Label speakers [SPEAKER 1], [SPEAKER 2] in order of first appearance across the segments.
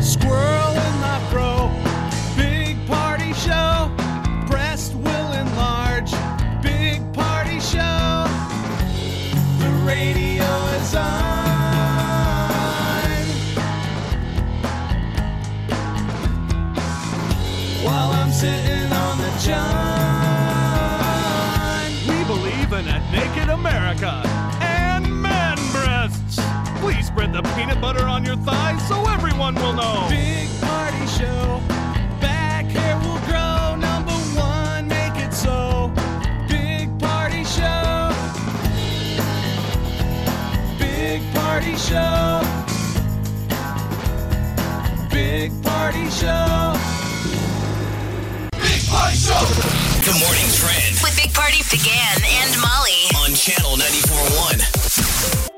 [SPEAKER 1] Squirrel in my bro, big party show. Breast will enlarge, big party show. The radio is on. While I'm sitting on the john. We believe in a naked America and man breasts. Please spread the peanut butter on your thighs so everyone will know. Big party show. Back hair will grow. Number one, make it so. Big party show. Big party show. Big party show. Big party show.
[SPEAKER 2] Good morning, Trend
[SPEAKER 3] With Big Party began and Molly.
[SPEAKER 2] on Channel 941.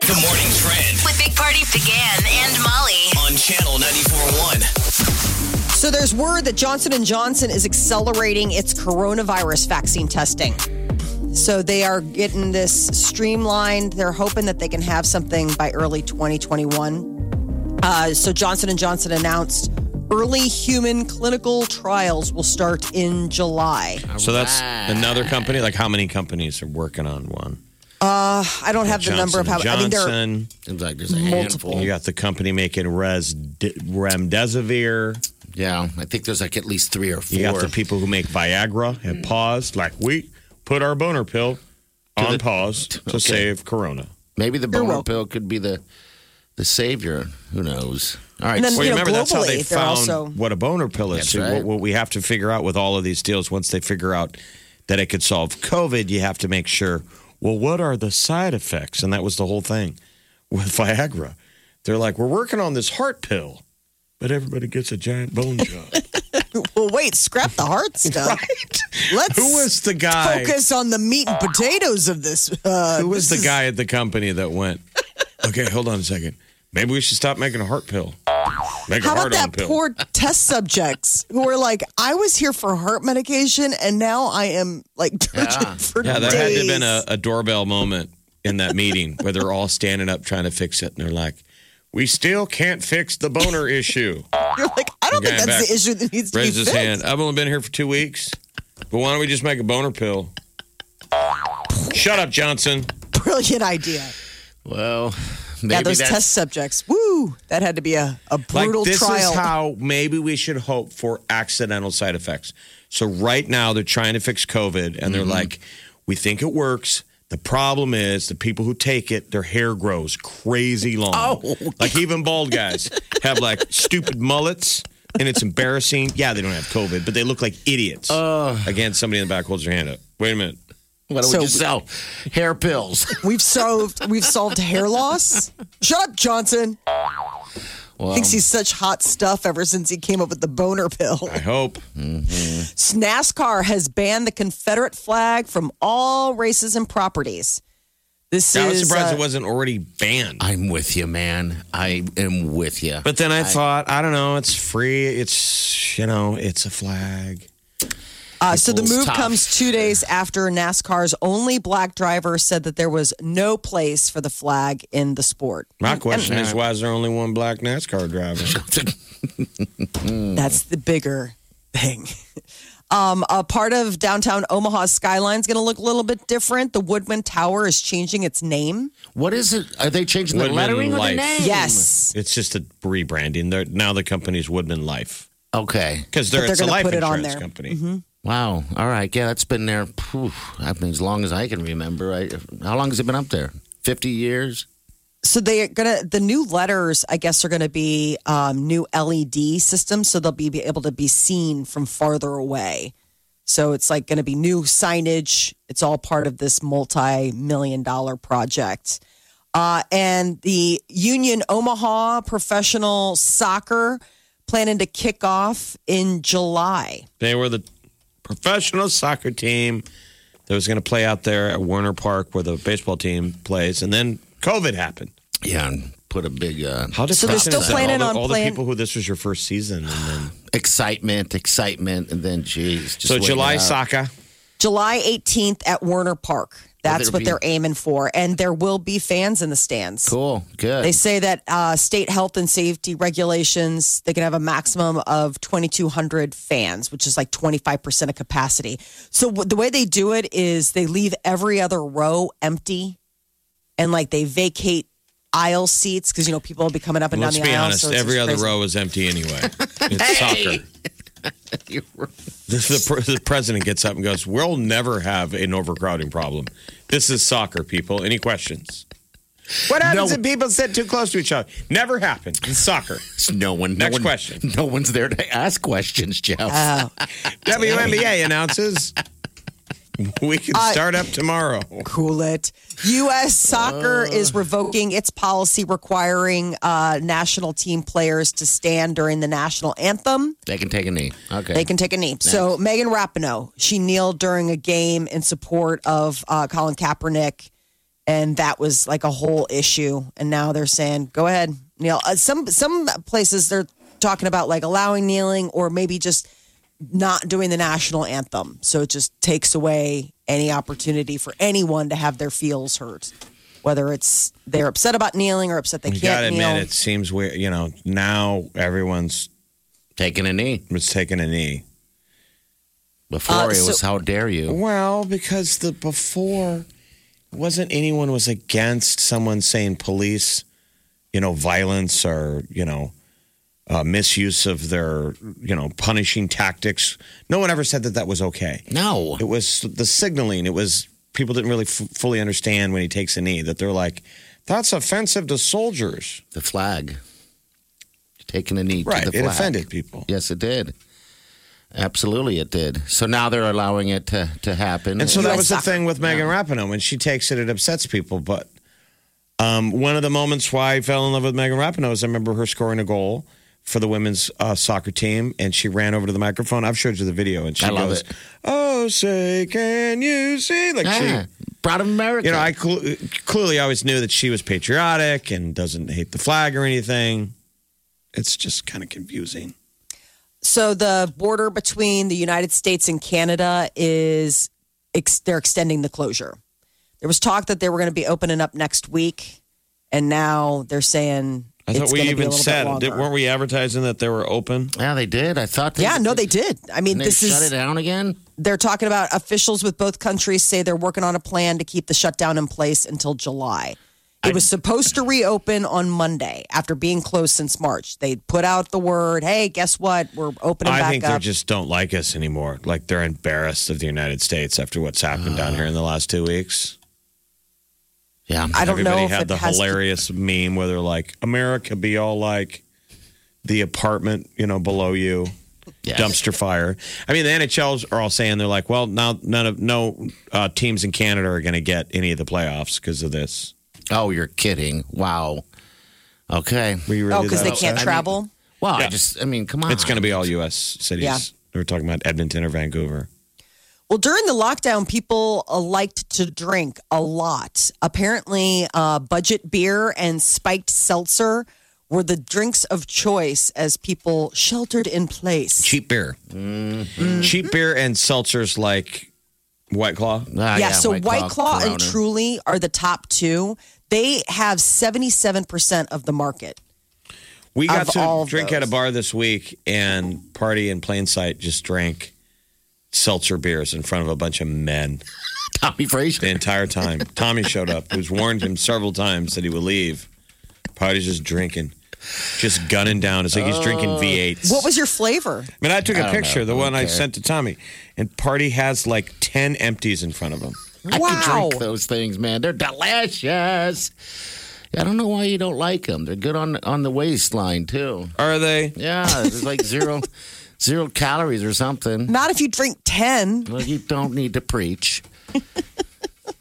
[SPEAKER 2] Good morning, Trend
[SPEAKER 3] With Big Party began and Molly.
[SPEAKER 2] on Channel 941.
[SPEAKER 4] So there's word that Johnson and Johnson is accelerating its coronavirus vaccine testing. So they are getting this streamlined. They're hoping that they can have something by early 2021. Uh, so Johnson and Johnson announced early human clinical trials will start in July.
[SPEAKER 5] So that's another company. Like how many companies are working on one?
[SPEAKER 4] I don't have the number of how. I mean, there. Are,
[SPEAKER 5] Johnson.
[SPEAKER 6] Seems like there's a
[SPEAKER 4] Multiple.
[SPEAKER 5] You
[SPEAKER 6] handful.
[SPEAKER 5] got the company making res remdesivir.
[SPEAKER 6] Yeah, I think there's like at least three or four.
[SPEAKER 5] You got the people who make Viagra have paused. Like we put our boner pill on pause to save Corona.
[SPEAKER 6] Maybe the boner
[SPEAKER 4] welcome.
[SPEAKER 6] pill could be the the savior. Who knows? All right.
[SPEAKER 4] And then-
[SPEAKER 6] so-
[SPEAKER 5] Well,
[SPEAKER 4] You
[SPEAKER 5] you
[SPEAKER 4] know,
[SPEAKER 5] remember that's how they
[SPEAKER 4] globally, they're
[SPEAKER 5] found
[SPEAKER 4] also-
[SPEAKER 5] what a boner pill is.
[SPEAKER 6] That's
[SPEAKER 5] So
[SPEAKER 6] right.
[SPEAKER 5] what, what we have to figure out with all of these deals, once they figure out that it could solve COVID, you have to make sure. Well, what are the side effects? And that was the whole thing with Viagra. They're like, we're working on this heart pill, but everybody gets a giant bone shot.
[SPEAKER 4] well, wait, scrap the hard stuff. Let's
[SPEAKER 5] Who was the guy?
[SPEAKER 4] focus on the meat and potatoes of this. Uh,
[SPEAKER 5] Who was the
[SPEAKER 4] this is-
[SPEAKER 5] guy at the company that went? Okay, hold on a second. Maybe we should stop making a heart pill. Make
[SPEAKER 4] How about
[SPEAKER 5] a heart on
[SPEAKER 4] that
[SPEAKER 5] pill.
[SPEAKER 4] poor test subjects who were like, I was here for heart medication and now I am like tortured for
[SPEAKER 5] Yeah, there had to have been a,
[SPEAKER 4] days."
[SPEAKER 5] a doorbell moment in that meeting where they're all standing up trying to fix it, and they're like, "We still can't fix the boner issue."
[SPEAKER 4] You're like, I don't
[SPEAKER 5] The
[SPEAKER 4] think that's
[SPEAKER 5] guy back
[SPEAKER 4] the issue that needs to be
[SPEAKER 5] Raises his
[SPEAKER 4] fixed.
[SPEAKER 5] hand. I've only been here for two weeks, but why don't we just make a boner pill? Shut up, Johnson.
[SPEAKER 4] Brilliant idea.
[SPEAKER 6] well, maybe
[SPEAKER 4] yeah, those
[SPEAKER 6] that's
[SPEAKER 4] test subjects. Woo! That had to be a, a brutal
[SPEAKER 5] like this
[SPEAKER 4] trial.
[SPEAKER 5] is how maybe we should hope for accidental side effects. So right now they're trying to fix COVID, and they're
[SPEAKER 4] Mm-hmm.
[SPEAKER 5] like, "We think it works." The problem is the people who take it, their hair grows crazy long. Oh. Like even bald guys have like stupid mullets, and it's embarrassing. Yeah, they don't have COVID, but they look like idiots. Again, somebody in the back holds their hand up. Wait a minute.
[SPEAKER 6] why don't
[SPEAKER 4] So-
[SPEAKER 6] we just sell hair pills?
[SPEAKER 4] we've solved we've solved hair loss. Shut up, Johnson.
[SPEAKER 6] Well,
[SPEAKER 4] Thinks he's such hot stuff ever since he came up with the boner pill.
[SPEAKER 5] I hope.
[SPEAKER 4] NASCAR has banned the Confederate flag from all races and properties. This
[SPEAKER 5] I was
[SPEAKER 4] is
[SPEAKER 5] surprised
[SPEAKER 4] uh,
[SPEAKER 5] it wasn't already banned.
[SPEAKER 6] I'm with you, man. I am with you.
[SPEAKER 5] But then I, thought, I don't know, it's free. It's, you know, it's a flag.
[SPEAKER 4] Uh, so the move
[SPEAKER 6] People's tough.
[SPEAKER 4] comes two days after NASCAR's only black driver said that there was no place for the flag in the sport.
[SPEAKER 5] My question is, why is there only one black NASCAR driver? Hmm.
[SPEAKER 4] That's the bigger thing. Um, a part of downtown Omaha's skyline is going to look a little bit different. The Woodman Tower is changing its name.
[SPEAKER 6] what is it? Are they changing the
[SPEAKER 5] Woodman
[SPEAKER 6] lettering or the
[SPEAKER 5] Life.
[SPEAKER 6] name?
[SPEAKER 4] Yes,
[SPEAKER 5] It's just a rebranding. They're, now the company's Woodman Life
[SPEAKER 6] Okay.
[SPEAKER 5] because they're,
[SPEAKER 4] But they're
[SPEAKER 5] it's a
[SPEAKER 4] gonna
[SPEAKER 5] life
[SPEAKER 4] put it on
[SPEAKER 5] insurance
[SPEAKER 4] there. Mm-hmm.
[SPEAKER 5] company.
[SPEAKER 6] Wow. All right. Yeah, that's been there. phew, I mean, as long as I can remember. I, how long has it been up there? Fifty years.
[SPEAKER 4] so they are gonna the new letters i guess are gonna be E um, new led systems so they'll be, be able to be seen from farther away So it's like going to be new signage. It's all part of this multi million dollar project. Uh, and the Union Omaha Professional Soccer planning to kick off in July.
[SPEAKER 5] They were the professional soccer team that was going to play out there at Warner Park where the baseball team plays, and then COVID happened.
[SPEAKER 6] Yeah, and put a big uh,
[SPEAKER 5] How
[SPEAKER 4] So they're
[SPEAKER 5] depressing
[SPEAKER 4] still
[SPEAKER 5] is that?
[SPEAKER 4] planning
[SPEAKER 5] all
[SPEAKER 4] on
[SPEAKER 5] the, all
[SPEAKER 4] playing-
[SPEAKER 5] the people who this was your first season, and then
[SPEAKER 6] excitement, excitement, and then geez. Just
[SPEAKER 5] so
[SPEAKER 6] wait it
[SPEAKER 5] July
[SPEAKER 6] out.
[SPEAKER 5] soccer.
[SPEAKER 4] July 18th at Werner Park. That's
[SPEAKER 6] there
[SPEAKER 4] what
[SPEAKER 6] be-
[SPEAKER 4] they're aiming for. And there will be fans in the stands.
[SPEAKER 6] Cool, good.
[SPEAKER 4] They say that uh, state health and safety regulations, they can have a maximum of 2,200 fans, which is like 25% of capacity. So w- the way they do it is they leave every other row empty and like they vacate aisle seats because, you know, people will be coming up and
[SPEAKER 5] Let's
[SPEAKER 4] down the
[SPEAKER 5] be
[SPEAKER 4] aisle.
[SPEAKER 5] honest.
[SPEAKER 4] so it's
[SPEAKER 5] Every
[SPEAKER 4] just
[SPEAKER 5] other
[SPEAKER 4] crazy.
[SPEAKER 5] row is empty anyway. It's soccer.
[SPEAKER 6] You're right.
[SPEAKER 5] The, the, pre- the president gets up and goes, "We'll never have an overcrowding problem. This is soccer, people. Any questions? What happens
[SPEAKER 6] No.
[SPEAKER 5] if people sit too close to each other? Never happened in soccer.
[SPEAKER 6] no one. no
[SPEAKER 5] Next
[SPEAKER 6] one-
[SPEAKER 5] question.
[SPEAKER 6] No one's there to ask questions, Jeff.
[SPEAKER 4] Uh,
[SPEAKER 5] WNBA announces we can start up tomorrow.
[SPEAKER 4] Cool it. U.S. soccer is revoking its policy requiring uh, national team players to stand during the national anthem.
[SPEAKER 6] they can take a knee. Okay.
[SPEAKER 4] They can take a knee. So Megan Rapinoe, she kneeled during a game in support of uh, Colin Kaepernick, and that was like a whole issue. And now they're saying, go ahead, kneel. Uh, some some places they're talking about like allowing kneeling or maybe just not doing the national anthem. So it just takes away any opportunity for anyone to have their feels hurt, whether it's they're upset about kneeling or upset they
[SPEAKER 5] You
[SPEAKER 4] can't
[SPEAKER 5] gotta admit,
[SPEAKER 4] kneel.
[SPEAKER 5] it seems weird. You know, now everyone's
[SPEAKER 6] taking a knee.
[SPEAKER 5] was taking a knee.
[SPEAKER 6] Before
[SPEAKER 4] Uh,
[SPEAKER 6] it was
[SPEAKER 4] so-
[SPEAKER 6] how dare you?
[SPEAKER 5] Well, because the before wasn't anyone was against someone saying police, you know, violence or you know, uh, misuse of their you know punishing tactics. No one ever said that that was okay.
[SPEAKER 6] No.
[SPEAKER 5] It was the signaling. It was people didn't really f- fully understand when he takes a knee that they're like, that's offensive to soldiers.
[SPEAKER 6] The flag. Taking a knee
[SPEAKER 5] Right.
[SPEAKER 6] to the
[SPEAKER 5] It
[SPEAKER 6] flag.
[SPEAKER 5] offended people.
[SPEAKER 6] Yes, it did. Absolutely, it did. So now they're allowing it to, to happen.
[SPEAKER 5] And so that
[SPEAKER 4] US
[SPEAKER 5] was the
[SPEAKER 4] soccer.
[SPEAKER 5] thing with Megan Rapinoe. When she takes it, it upsets people. But um, one of the moments why I fell in love with Megan Rapinoe is I remember her scoring a goal for the women's uh, soccer team, and she ran over to the microphone. I've showed you the video, and she
[SPEAKER 6] I love
[SPEAKER 5] goes,
[SPEAKER 6] it.
[SPEAKER 5] "Oh, say can you see?" Like
[SPEAKER 6] yeah.
[SPEAKER 5] she.
[SPEAKER 6] proud of America.
[SPEAKER 5] You know, I cl- clearly I always knew that she was patriotic and doesn't hate the flag or anything. It's just kind of confusing.
[SPEAKER 4] So the border between the United States and Canada is ex- they're extending the closure. There was talk that they were going to be opening up next week, and now they're saying
[SPEAKER 5] I
[SPEAKER 4] it's
[SPEAKER 5] thought we
[SPEAKER 4] gonna be a
[SPEAKER 5] even
[SPEAKER 4] little
[SPEAKER 5] said,
[SPEAKER 4] bit longer.
[SPEAKER 5] did- weren't we advertising that they were open?
[SPEAKER 6] yeah, they did. I thought. They,
[SPEAKER 4] yeah, no, they did. I mean,
[SPEAKER 6] And they
[SPEAKER 4] this
[SPEAKER 6] shut it
[SPEAKER 4] is
[SPEAKER 6] down again.
[SPEAKER 4] they're talking about officials with both countries say they're working on a plan to keep the shutdown in place until July. It was supposed to reopen on Monday after being closed since March. They put out the word, "Hey, guess what? We're opening
[SPEAKER 5] I
[SPEAKER 4] back
[SPEAKER 5] think
[SPEAKER 4] up."
[SPEAKER 5] they just don't like us anymore. Like they're embarrassed of the United States after what's happened down here in the last two weeks.
[SPEAKER 6] Yeah,
[SPEAKER 4] I don't
[SPEAKER 5] Everybody
[SPEAKER 4] know if
[SPEAKER 5] had
[SPEAKER 4] it
[SPEAKER 5] the
[SPEAKER 4] has to-
[SPEAKER 5] hilarious meme where they're like, "America, be all like the apartment, you know, below you,
[SPEAKER 6] Yes.
[SPEAKER 5] dumpster fire." I mean, the NHLs are all saying they're like, "Well, now none of no uh, teams in Canada are going to get any of the playoffs because of this."
[SPEAKER 6] Oh, you're kidding! Wow. Okay.
[SPEAKER 5] Were you
[SPEAKER 4] Oh,
[SPEAKER 5] really
[SPEAKER 4] because
[SPEAKER 5] that
[SPEAKER 4] they can't
[SPEAKER 5] upset?
[SPEAKER 4] travel.
[SPEAKER 6] Well, I
[SPEAKER 5] Yeah.
[SPEAKER 6] just. I mean, come on.
[SPEAKER 5] It's going to be all U.S. cities.
[SPEAKER 4] Yeah.
[SPEAKER 5] They were talking about Edmonton or Vancouver.
[SPEAKER 4] Well, during the lockdown, people uh, liked to drink a lot. Apparently, uh, budget beer and spiked seltzer were the drinks of choice as people sheltered in place.
[SPEAKER 5] Cheap beer,
[SPEAKER 4] Mm-hmm.
[SPEAKER 5] cheap beer, and seltzers like White Claw.
[SPEAKER 6] Ah,
[SPEAKER 4] yeah, so White, Claw, and
[SPEAKER 6] Corona.
[SPEAKER 4] Truly are the top two. They have 77% of the market.
[SPEAKER 5] We got
[SPEAKER 4] of all
[SPEAKER 5] to
[SPEAKER 4] of
[SPEAKER 5] drink at a
[SPEAKER 4] those.
[SPEAKER 5] bar this week and party in plain sight. Just drank seltzer beers in front of a bunch of men
[SPEAKER 6] Tommy Frazier.
[SPEAKER 5] the entire time. Tommy showed up, who's warned him several times that he would leave. Party's just drinking, just gunning down. It's like he's drinking V8s.
[SPEAKER 4] Oh. What was your flavor?
[SPEAKER 5] I mean, I took a picture, the one I
[SPEAKER 6] Okay.
[SPEAKER 5] sent to Tommy, and Party has like 10 empties in front of him.
[SPEAKER 6] I could
[SPEAKER 4] Wow.
[SPEAKER 6] drink those things, man. They're delicious. I don't know why you don't like them. They're good on on the waistline too.
[SPEAKER 5] Are they?
[SPEAKER 6] Yeah, there's like zero zero calories or something.
[SPEAKER 4] Not if you drink 10.
[SPEAKER 6] Well, you don't need to preach.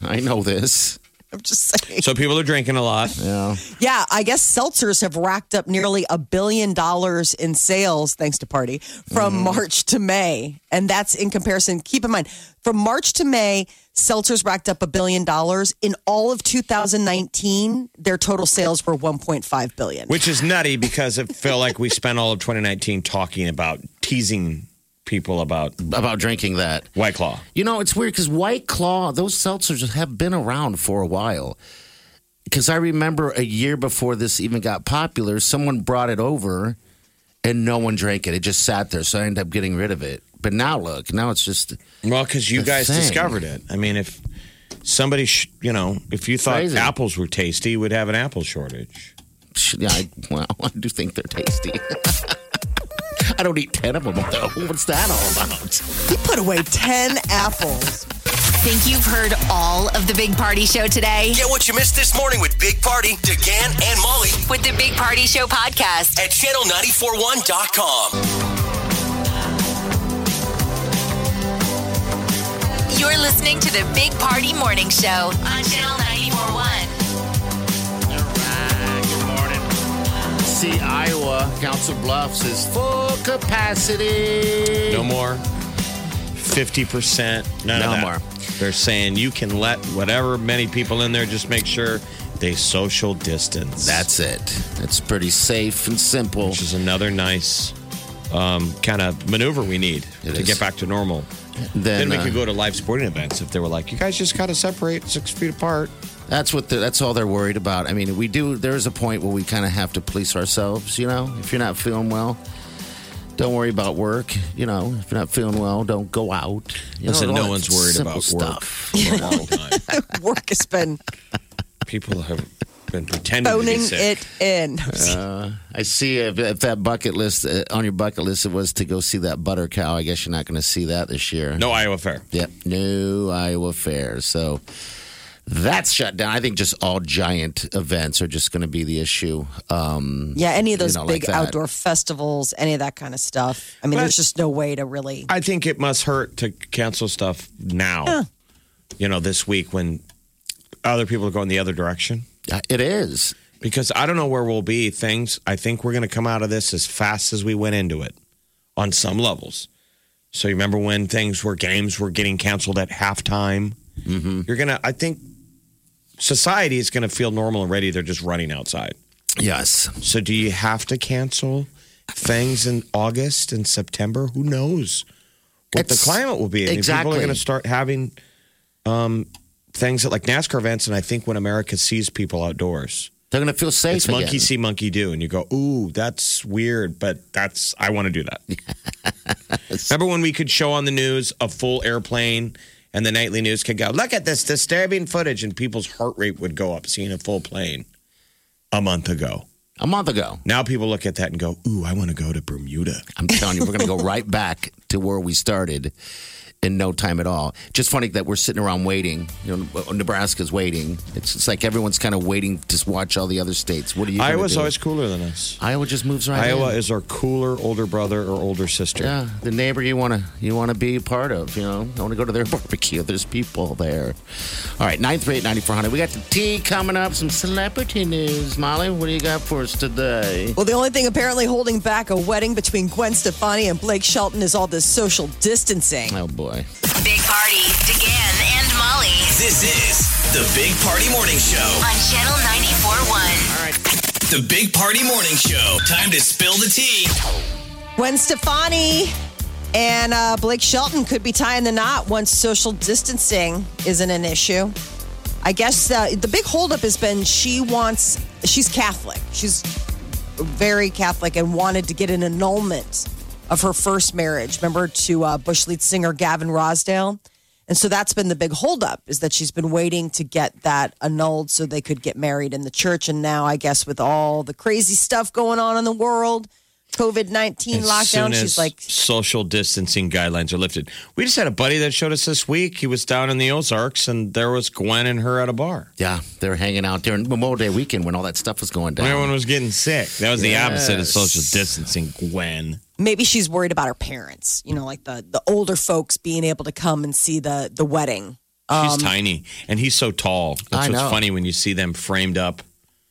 [SPEAKER 6] I know this.
[SPEAKER 4] I'm just saying.
[SPEAKER 5] So people are drinking a lot.
[SPEAKER 6] Yeah.
[SPEAKER 4] Yeah, I guess seltzers have racked up nearly a billion dollars in sales, thanks to Party, from
[SPEAKER 5] Mm-hmm.
[SPEAKER 4] March to May. And that's in comparison, keep in mind, from March to May, seltzers racked up a billion dollars. In all of 2019, their total sales were 1.5 billion.
[SPEAKER 5] Which is nutty because it felt like we spent all of 2019 talking about teasing people about
[SPEAKER 6] About drinking that.
[SPEAKER 5] White Claw.
[SPEAKER 6] You know, it's weird because White Claw, those seltzers have been around for a while. Because I remember a year before this even got popular, someone brought it over and no one drank it. It just sat there. So I ended up getting rid of it. But now look, now it's just,
[SPEAKER 5] Well, because you
[SPEAKER 6] The
[SPEAKER 5] guys
[SPEAKER 6] thing.
[SPEAKER 5] discovered it. I mean, if somebody, sh- you know, if you thought
[SPEAKER 6] Crazy.
[SPEAKER 5] apples were tasty, you would have an apple shortage.
[SPEAKER 6] yeah, I, well, I do think they're tasty. I don't eat 10 of them, though. What's that all about?
[SPEAKER 4] He put away 10 apples.
[SPEAKER 2] Think you've heard all of the Big Party Show today?
[SPEAKER 7] Get what you missed this morning with Big Party, DeGan, and Molly
[SPEAKER 2] With the Big Party Show podcast.
[SPEAKER 7] at channel941.com.
[SPEAKER 2] You're listening to the Big Party Morning Show on Channel 941.
[SPEAKER 6] Good morning. See, Iowa Council Bluffs is full capacity.
[SPEAKER 5] No more. 50%. None of
[SPEAKER 6] No
[SPEAKER 5] that.
[SPEAKER 6] more.
[SPEAKER 5] They're saying you can let whatever many people in there, just make sure they social distance.
[SPEAKER 6] That's it. It's pretty safe and simple.
[SPEAKER 5] which is another nice um, kind of maneuver we need
[SPEAKER 6] It
[SPEAKER 5] to
[SPEAKER 6] is.
[SPEAKER 5] get back to normal. Then,
[SPEAKER 6] Then,
[SPEAKER 5] we could
[SPEAKER 6] uh,
[SPEAKER 5] go to live sporting events if they were like, you guys just got to separate six feet apart.
[SPEAKER 6] That's what. The, that's all they're worried about. I mean, we do. There is a point where we kind of have to police ourselves. You know, if you're not feeling well, don't worry about work. You know, if you're not feeling well, don't go out. You
[SPEAKER 5] Listen,
[SPEAKER 6] know, all
[SPEAKER 5] no
[SPEAKER 6] that
[SPEAKER 5] one's worried
[SPEAKER 6] simple
[SPEAKER 5] about work
[SPEAKER 6] stuff.
[SPEAKER 5] for a long time.
[SPEAKER 4] Work has been
[SPEAKER 5] People have been pretending to be
[SPEAKER 4] phoning
[SPEAKER 5] sick. Uh,
[SPEAKER 4] it in.
[SPEAKER 6] I see. If, if that bucket list uh, on your bucket list it was to go see that butter cow, I guess you're not going to see that this year.
[SPEAKER 5] No Iowa Fair.
[SPEAKER 6] Yep, new Iowa Fair. So that's shut down. I think just all giant events are just going to be the issue. Um,
[SPEAKER 4] Yeah, any of those
[SPEAKER 6] You know,
[SPEAKER 4] big
[SPEAKER 6] like that.
[SPEAKER 4] outdoor festivals, any of that kind of stuff. I mean,
[SPEAKER 5] But-
[SPEAKER 4] there's just no way to really.
[SPEAKER 5] I think it must hurt to cancel stuff now. You know, this week when other people are going the other direction.
[SPEAKER 6] it is.
[SPEAKER 5] Because I don't know where we'll be. Things, I think we're going to come out of this as fast as we went into it on some levels. So you remember when things were, games were getting canceled at halftime? Mm-hmm. You're going to, I think society is going to feel normal and ready. They're just running outside.
[SPEAKER 6] Yes.
[SPEAKER 5] So do you have to cancel things in August and September? Who knows what
[SPEAKER 6] It's-
[SPEAKER 5] the climate will be? I mean, People
[SPEAKER 6] exactly.
[SPEAKER 5] are going to start having um, things at like NASCAR events, and I think when America sees people outdoors,
[SPEAKER 6] They're going to feel safe.
[SPEAKER 5] it's monkey
[SPEAKER 6] again.
[SPEAKER 5] see, monkey do, and you go, "Ooh, that's weird," but that's I want to do that. Remember when we could show on the news a full airplane? And the nightly news could go, look at this disturbing footage, and people's heart rate would go up seeing a full plane a month ago.
[SPEAKER 6] A month ago.
[SPEAKER 5] Now people look at that and go, "Ooh, I want to go to Bermuda."
[SPEAKER 6] I'm telling you, we're going to go right back to where we started in no time at all. Just funny that we're sitting around waiting. You know, uh, Nebraska's waiting. It's, it's like everyone's kind of waiting to watch all the other states. What are you? gonna
[SPEAKER 5] Iowa's
[SPEAKER 6] do?
[SPEAKER 5] always cooler than us.
[SPEAKER 6] Iowa just moves right.
[SPEAKER 5] Iowa
[SPEAKER 6] in.
[SPEAKER 5] is our cooler older brother or older sister.
[SPEAKER 6] Yeah, the neighbor you want to you want to be a part of. You know, I want to go to their barbecue. There's people there. All right, nine three eight ninety four hundred. We got the tea coming up. Some celebrity news, Molly. What do you got for us today?
[SPEAKER 4] Well, the only thing apparently holding back a wedding between Gwen Stefani and Blake Shelton is all this social distancing.
[SPEAKER 6] Oh boy,
[SPEAKER 2] Big Party, DeGan, and Molly
[SPEAKER 7] This is the Big Party Morning Show.
[SPEAKER 2] on Channel 941.
[SPEAKER 7] The Big Party Morning Show. Time to spill the tea.
[SPEAKER 4] Gwen Stefani and uh, Blake Shelton could be tying the knot once social distancing isn't an issue. I guess uh, the big holdup has been she wants, she's Catholic. She's very Catholic and wanted to get an annulment of her first marriage. Remember to uh, Bush lead singer Gavin Rosdale? And so that's been the big holdup is that she's been waiting to get that annulled so they could get married in the church. And now, I guess, with all the crazy stuff going on in the world, COVID 19 lockdown, she's like,
[SPEAKER 5] social distancing guidelines are lifted. We just had a buddy that showed us this week. He was down in the Ozarks, and there was Gwen and her at a bar.
[SPEAKER 6] yeah, they're hanging out during Memorial Day weekend when all that stuff was going down.
[SPEAKER 5] Everyone was getting sick. That was the opposite of
[SPEAKER 6] Yes.
[SPEAKER 5] social distancing. Gwen.
[SPEAKER 4] maybe she's worried about her parents, you know, like the, the older folks being able to come and see the, the wedding.
[SPEAKER 5] She's tiny, and he's so tall. That's
[SPEAKER 6] Um, I
[SPEAKER 5] what's
[SPEAKER 6] know.
[SPEAKER 5] funny when you see them framed up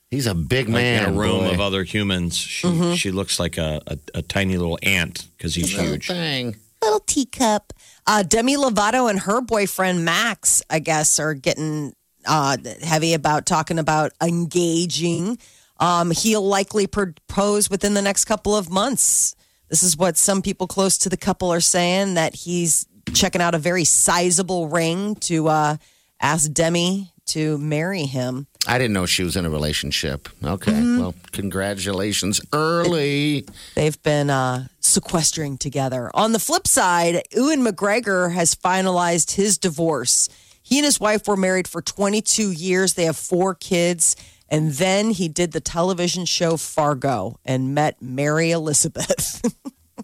[SPEAKER 6] He's a big
[SPEAKER 5] like,
[SPEAKER 6] man.
[SPEAKER 5] in a room
[SPEAKER 6] boy. Mm-hmm.
[SPEAKER 5] of other humans. She she looks like a, a, a tiny little ant because he's huge.
[SPEAKER 6] Thing.
[SPEAKER 4] Little teacup. Uh, Demi Lovato and her boyfriend Max, I guess, are getting uh, heavy about talking about engaging. Um, he'll likely propose within the next couple of months. This is what some people close to the couple are saying that he's checking out a very sizable ring to uh, ask Demi to marry him.
[SPEAKER 6] I didn't know she was in a relationship. Okay.
[SPEAKER 4] Mm-hmm.
[SPEAKER 6] Well, congratulations early.
[SPEAKER 4] They've been uh, sequestering together. On the flip side, Ewan McGregor has finalized his divorce. He and his wife were married for 22 years. They have four kids. And then he did the television show Fargo and met Mary Elizabeth.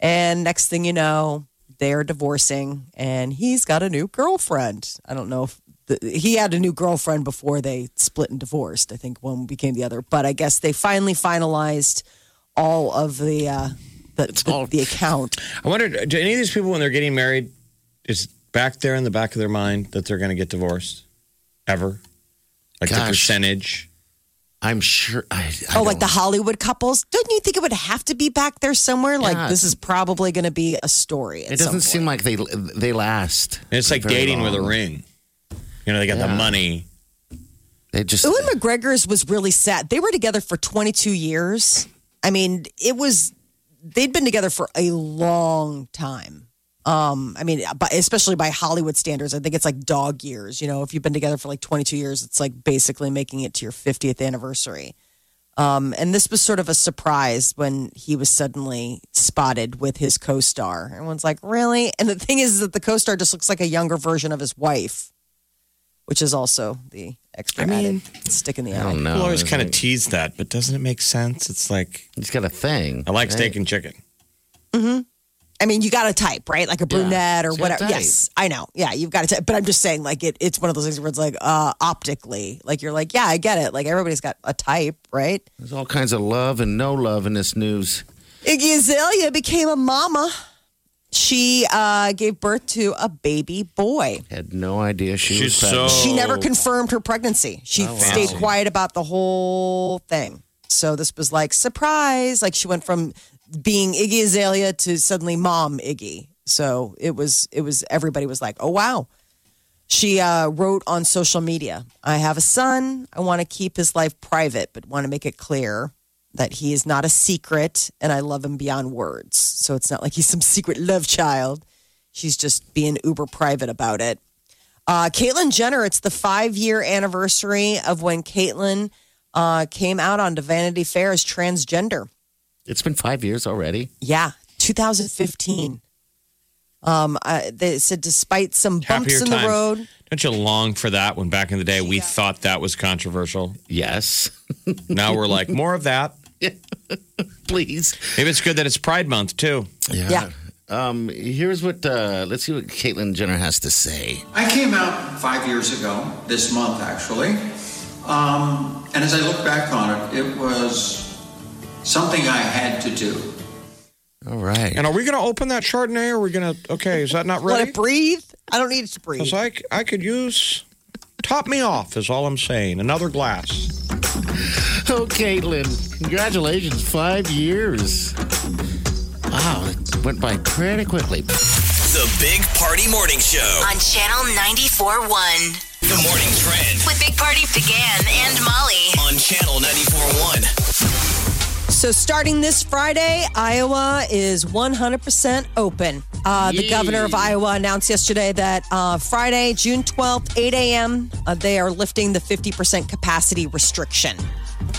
[SPEAKER 4] and next thing you know, they're divorcing and he's got a new girlfriend. I don't know if the, he had a new girlfriend before they split and divorced. I think one became the other, but I guess they finally finalized all of the uh, the, the,
[SPEAKER 6] all-
[SPEAKER 4] the account.
[SPEAKER 5] I wonder, do any of these people when they're getting married, is back there in the back of their mind that they're going to get divorced ever? Like the
[SPEAKER 6] Gosh.
[SPEAKER 5] percentage.
[SPEAKER 6] I'm sure. I, I
[SPEAKER 4] Oh, like the
[SPEAKER 6] don't-
[SPEAKER 4] Hollywood couples? Don't you think it would have to be back there somewhere?
[SPEAKER 6] Yeah,
[SPEAKER 4] Like this
[SPEAKER 6] it's-
[SPEAKER 4] is probably going to be a story.
[SPEAKER 6] It doesn't seem like they they last.
[SPEAKER 5] And it's like
[SPEAKER 6] very
[SPEAKER 5] dating with a
[SPEAKER 6] long.
[SPEAKER 5] ring. You know, they got the
[SPEAKER 6] Yeah.
[SPEAKER 5] money.
[SPEAKER 6] They just
[SPEAKER 4] Ewan McGregor's was really sad. They were together for 22 years. I mean, it was they'd been together for a long time. Um, I mean, by, especially by Hollywood standards, I think it's like dog years. You know, if you've been together for like 22 years, it's like basically making it to your 50th anniversary. Um, and this was sort of a surprise when he was suddenly spotted with his co-star. Everyone's like, "Really?" And the thing is that the co-star just looks like a younger version of his wife, which is also the extra added stick in the
[SPEAKER 6] I
[SPEAKER 4] eye.
[SPEAKER 6] don't know.
[SPEAKER 5] People always
[SPEAKER 6] It's
[SPEAKER 5] kind of
[SPEAKER 6] like-
[SPEAKER 5] tease that, but doesn't it make sense? It's like
[SPEAKER 6] He's got a thing.
[SPEAKER 5] I like
[SPEAKER 6] right?
[SPEAKER 5] steak and chicken.
[SPEAKER 4] I mean, you got a type, right? Like a brunette or
[SPEAKER 6] It's your
[SPEAKER 4] whatever.
[SPEAKER 6] type.
[SPEAKER 4] Yes, I know. Yeah, you've got a type. But I'm just saying, like, it, it's one of those things where it's like uh, optically, like you're like, yeah, I get it. Like everybody's got a type, right?
[SPEAKER 6] There's all kinds of love and no love in this news.
[SPEAKER 4] Iggy Azalea became a mama. She uh, gave birth to a baby boy.
[SPEAKER 6] Had no idea she
[SPEAKER 5] She's
[SPEAKER 6] was pregnant.
[SPEAKER 5] so-
[SPEAKER 4] She never confirmed her pregnancy. She stayed quiet about the whole thing. So this was like surprise. Like she went from being Iggy Azalea to suddenly mom Iggy. So it was it was everybody was like, "Oh wow." She uh, wrote on social media, "I have a son. I want to keep his life private, but want to make it clear that he is not a secret and I love him beyond words. So it's not like he's some secret love child. She's just being uber private about it." Uh, Caitlyn Jenner, it's the five year anniversary of when Caitlyn uh, came out on Vanity Fair as transgender.
[SPEAKER 6] It's been five years already.
[SPEAKER 4] Yeah, 2015. Um, I, they said despite some bumps
[SPEAKER 5] Happier
[SPEAKER 4] in
[SPEAKER 5] times.
[SPEAKER 4] the road,
[SPEAKER 5] Don't you long for that when back in the day we thought that was controversial?
[SPEAKER 6] Yes.
[SPEAKER 5] Now we're like, more of that.
[SPEAKER 6] Please.
[SPEAKER 5] Maybe it's good that it's Pride Month too.
[SPEAKER 4] Yeah.
[SPEAKER 6] Um, here's what, uh, let's see what Caitlyn Jenner has to say.
[SPEAKER 8] I came out five years ago, this month actually, um, and as I look back on it, it was something I had to do.
[SPEAKER 6] All right.
[SPEAKER 5] And are we going to open that Chardonnay? Or are we going to? Okay, is that not
[SPEAKER 4] let
[SPEAKER 5] ready?
[SPEAKER 4] it breathe. I don't need it to breathe.
[SPEAKER 5] Because I, c- I could use. Top me off is all I'm saying. Another glass.
[SPEAKER 6] Oh, Caitlyn, congratulations. Five years. Wow, it went by pretty quickly.
[SPEAKER 7] The Big Party Morning Show.
[SPEAKER 2] on Channel 94.1
[SPEAKER 7] The Morning Trend
[SPEAKER 2] with Big Party began and Molly.
[SPEAKER 7] on Channel 94.1.
[SPEAKER 4] So, starting this Friday, Iowa is 100% open. Uh, the governor of Iowa announced yesterday that uh, Friday, June 12th, 8 a.m., uh, they are lifting the 50% capacity restriction.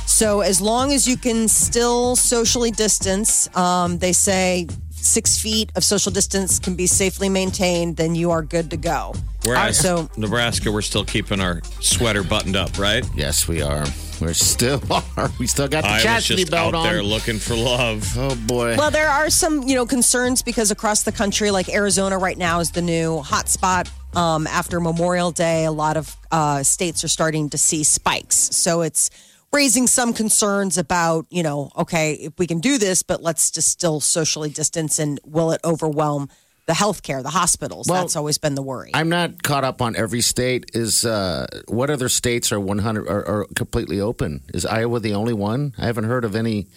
[SPEAKER 4] So, as long as you can still socially distance, um, they say six feet of social distance can be safely maintained, then you are good to go.
[SPEAKER 5] Whereas
[SPEAKER 4] So-
[SPEAKER 5] Nebraska, we're still keeping our sweater buttoned up, right?
[SPEAKER 6] Yes, we are. We're still are. We still got the
[SPEAKER 5] I was
[SPEAKER 6] chastity
[SPEAKER 5] just
[SPEAKER 6] belt
[SPEAKER 5] out
[SPEAKER 6] on.
[SPEAKER 5] there looking for love.
[SPEAKER 6] oh, boy.
[SPEAKER 4] Well, there are some, you know, concerns because across the country, like Arizona right now is the new hotspot. Um, after Memorial Day, a lot of uh, states are starting to see spikes. So it's raising some concerns about, you know, okay, if we can do this, but let's just still socially distance and will it overwhelm the healthcare, the hospitals?
[SPEAKER 6] Well,
[SPEAKER 4] That's always been the worry.
[SPEAKER 6] I'm not caught up on every state. Is uh, what other states are 100 are, are completely open? Is Iowa the only one? I haven't heard of any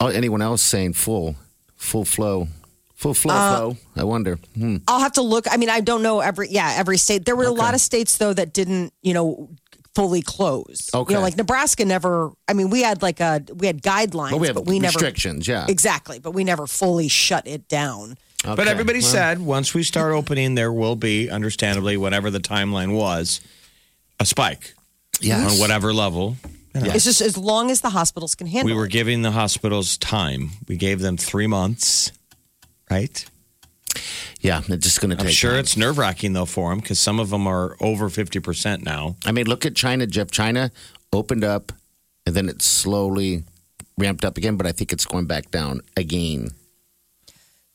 [SPEAKER 6] uh, anyone else saying full full flow full flow flow. I wonder. Hmm.
[SPEAKER 4] I'll have to look. I mean, I don't know every yeah every state. There were a lot of states though that didn't you know fully close.
[SPEAKER 6] Okay.
[SPEAKER 4] you know, like Nebraska never. I mean, we had like a we had guidelines,
[SPEAKER 6] But we have
[SPEAKER 4] never
[SPEAKER 6] restrictions. yeah.
[SPEAKER 4] exactly, but we never fully shut it down.
[SPEAKER 5] But
[SPEAKER 6] Okay.
[SPEAKER 5] everybody said once we start opening, there will be, understandably, whatever the timeline was, a spike
[SPEAKER 6] Yes.
[SPEAKER 5] on whatever level.
[SPEAKER 4] It's just as long as the hospitals can handle.
[SPEAKER 5] We were
[SPEAKER 4] it.
[SPEAKER 5] giving the hospitals time. We gave them three months, right?
[SPEAKER 6] Yeah. It's just going to
[SPEAKER 5] I'm
[SPEAKER 6] take.
[SPEAKER 5] sure
[SPEAKER 6] time.
[SPEAKER 5] it's nerve wracking though for them because some of them are over 50% now.
[SPEAKER 6] I mean, look at China, Jeff. China opened up, and then it slowly ramped up again. But I think it's going back down again.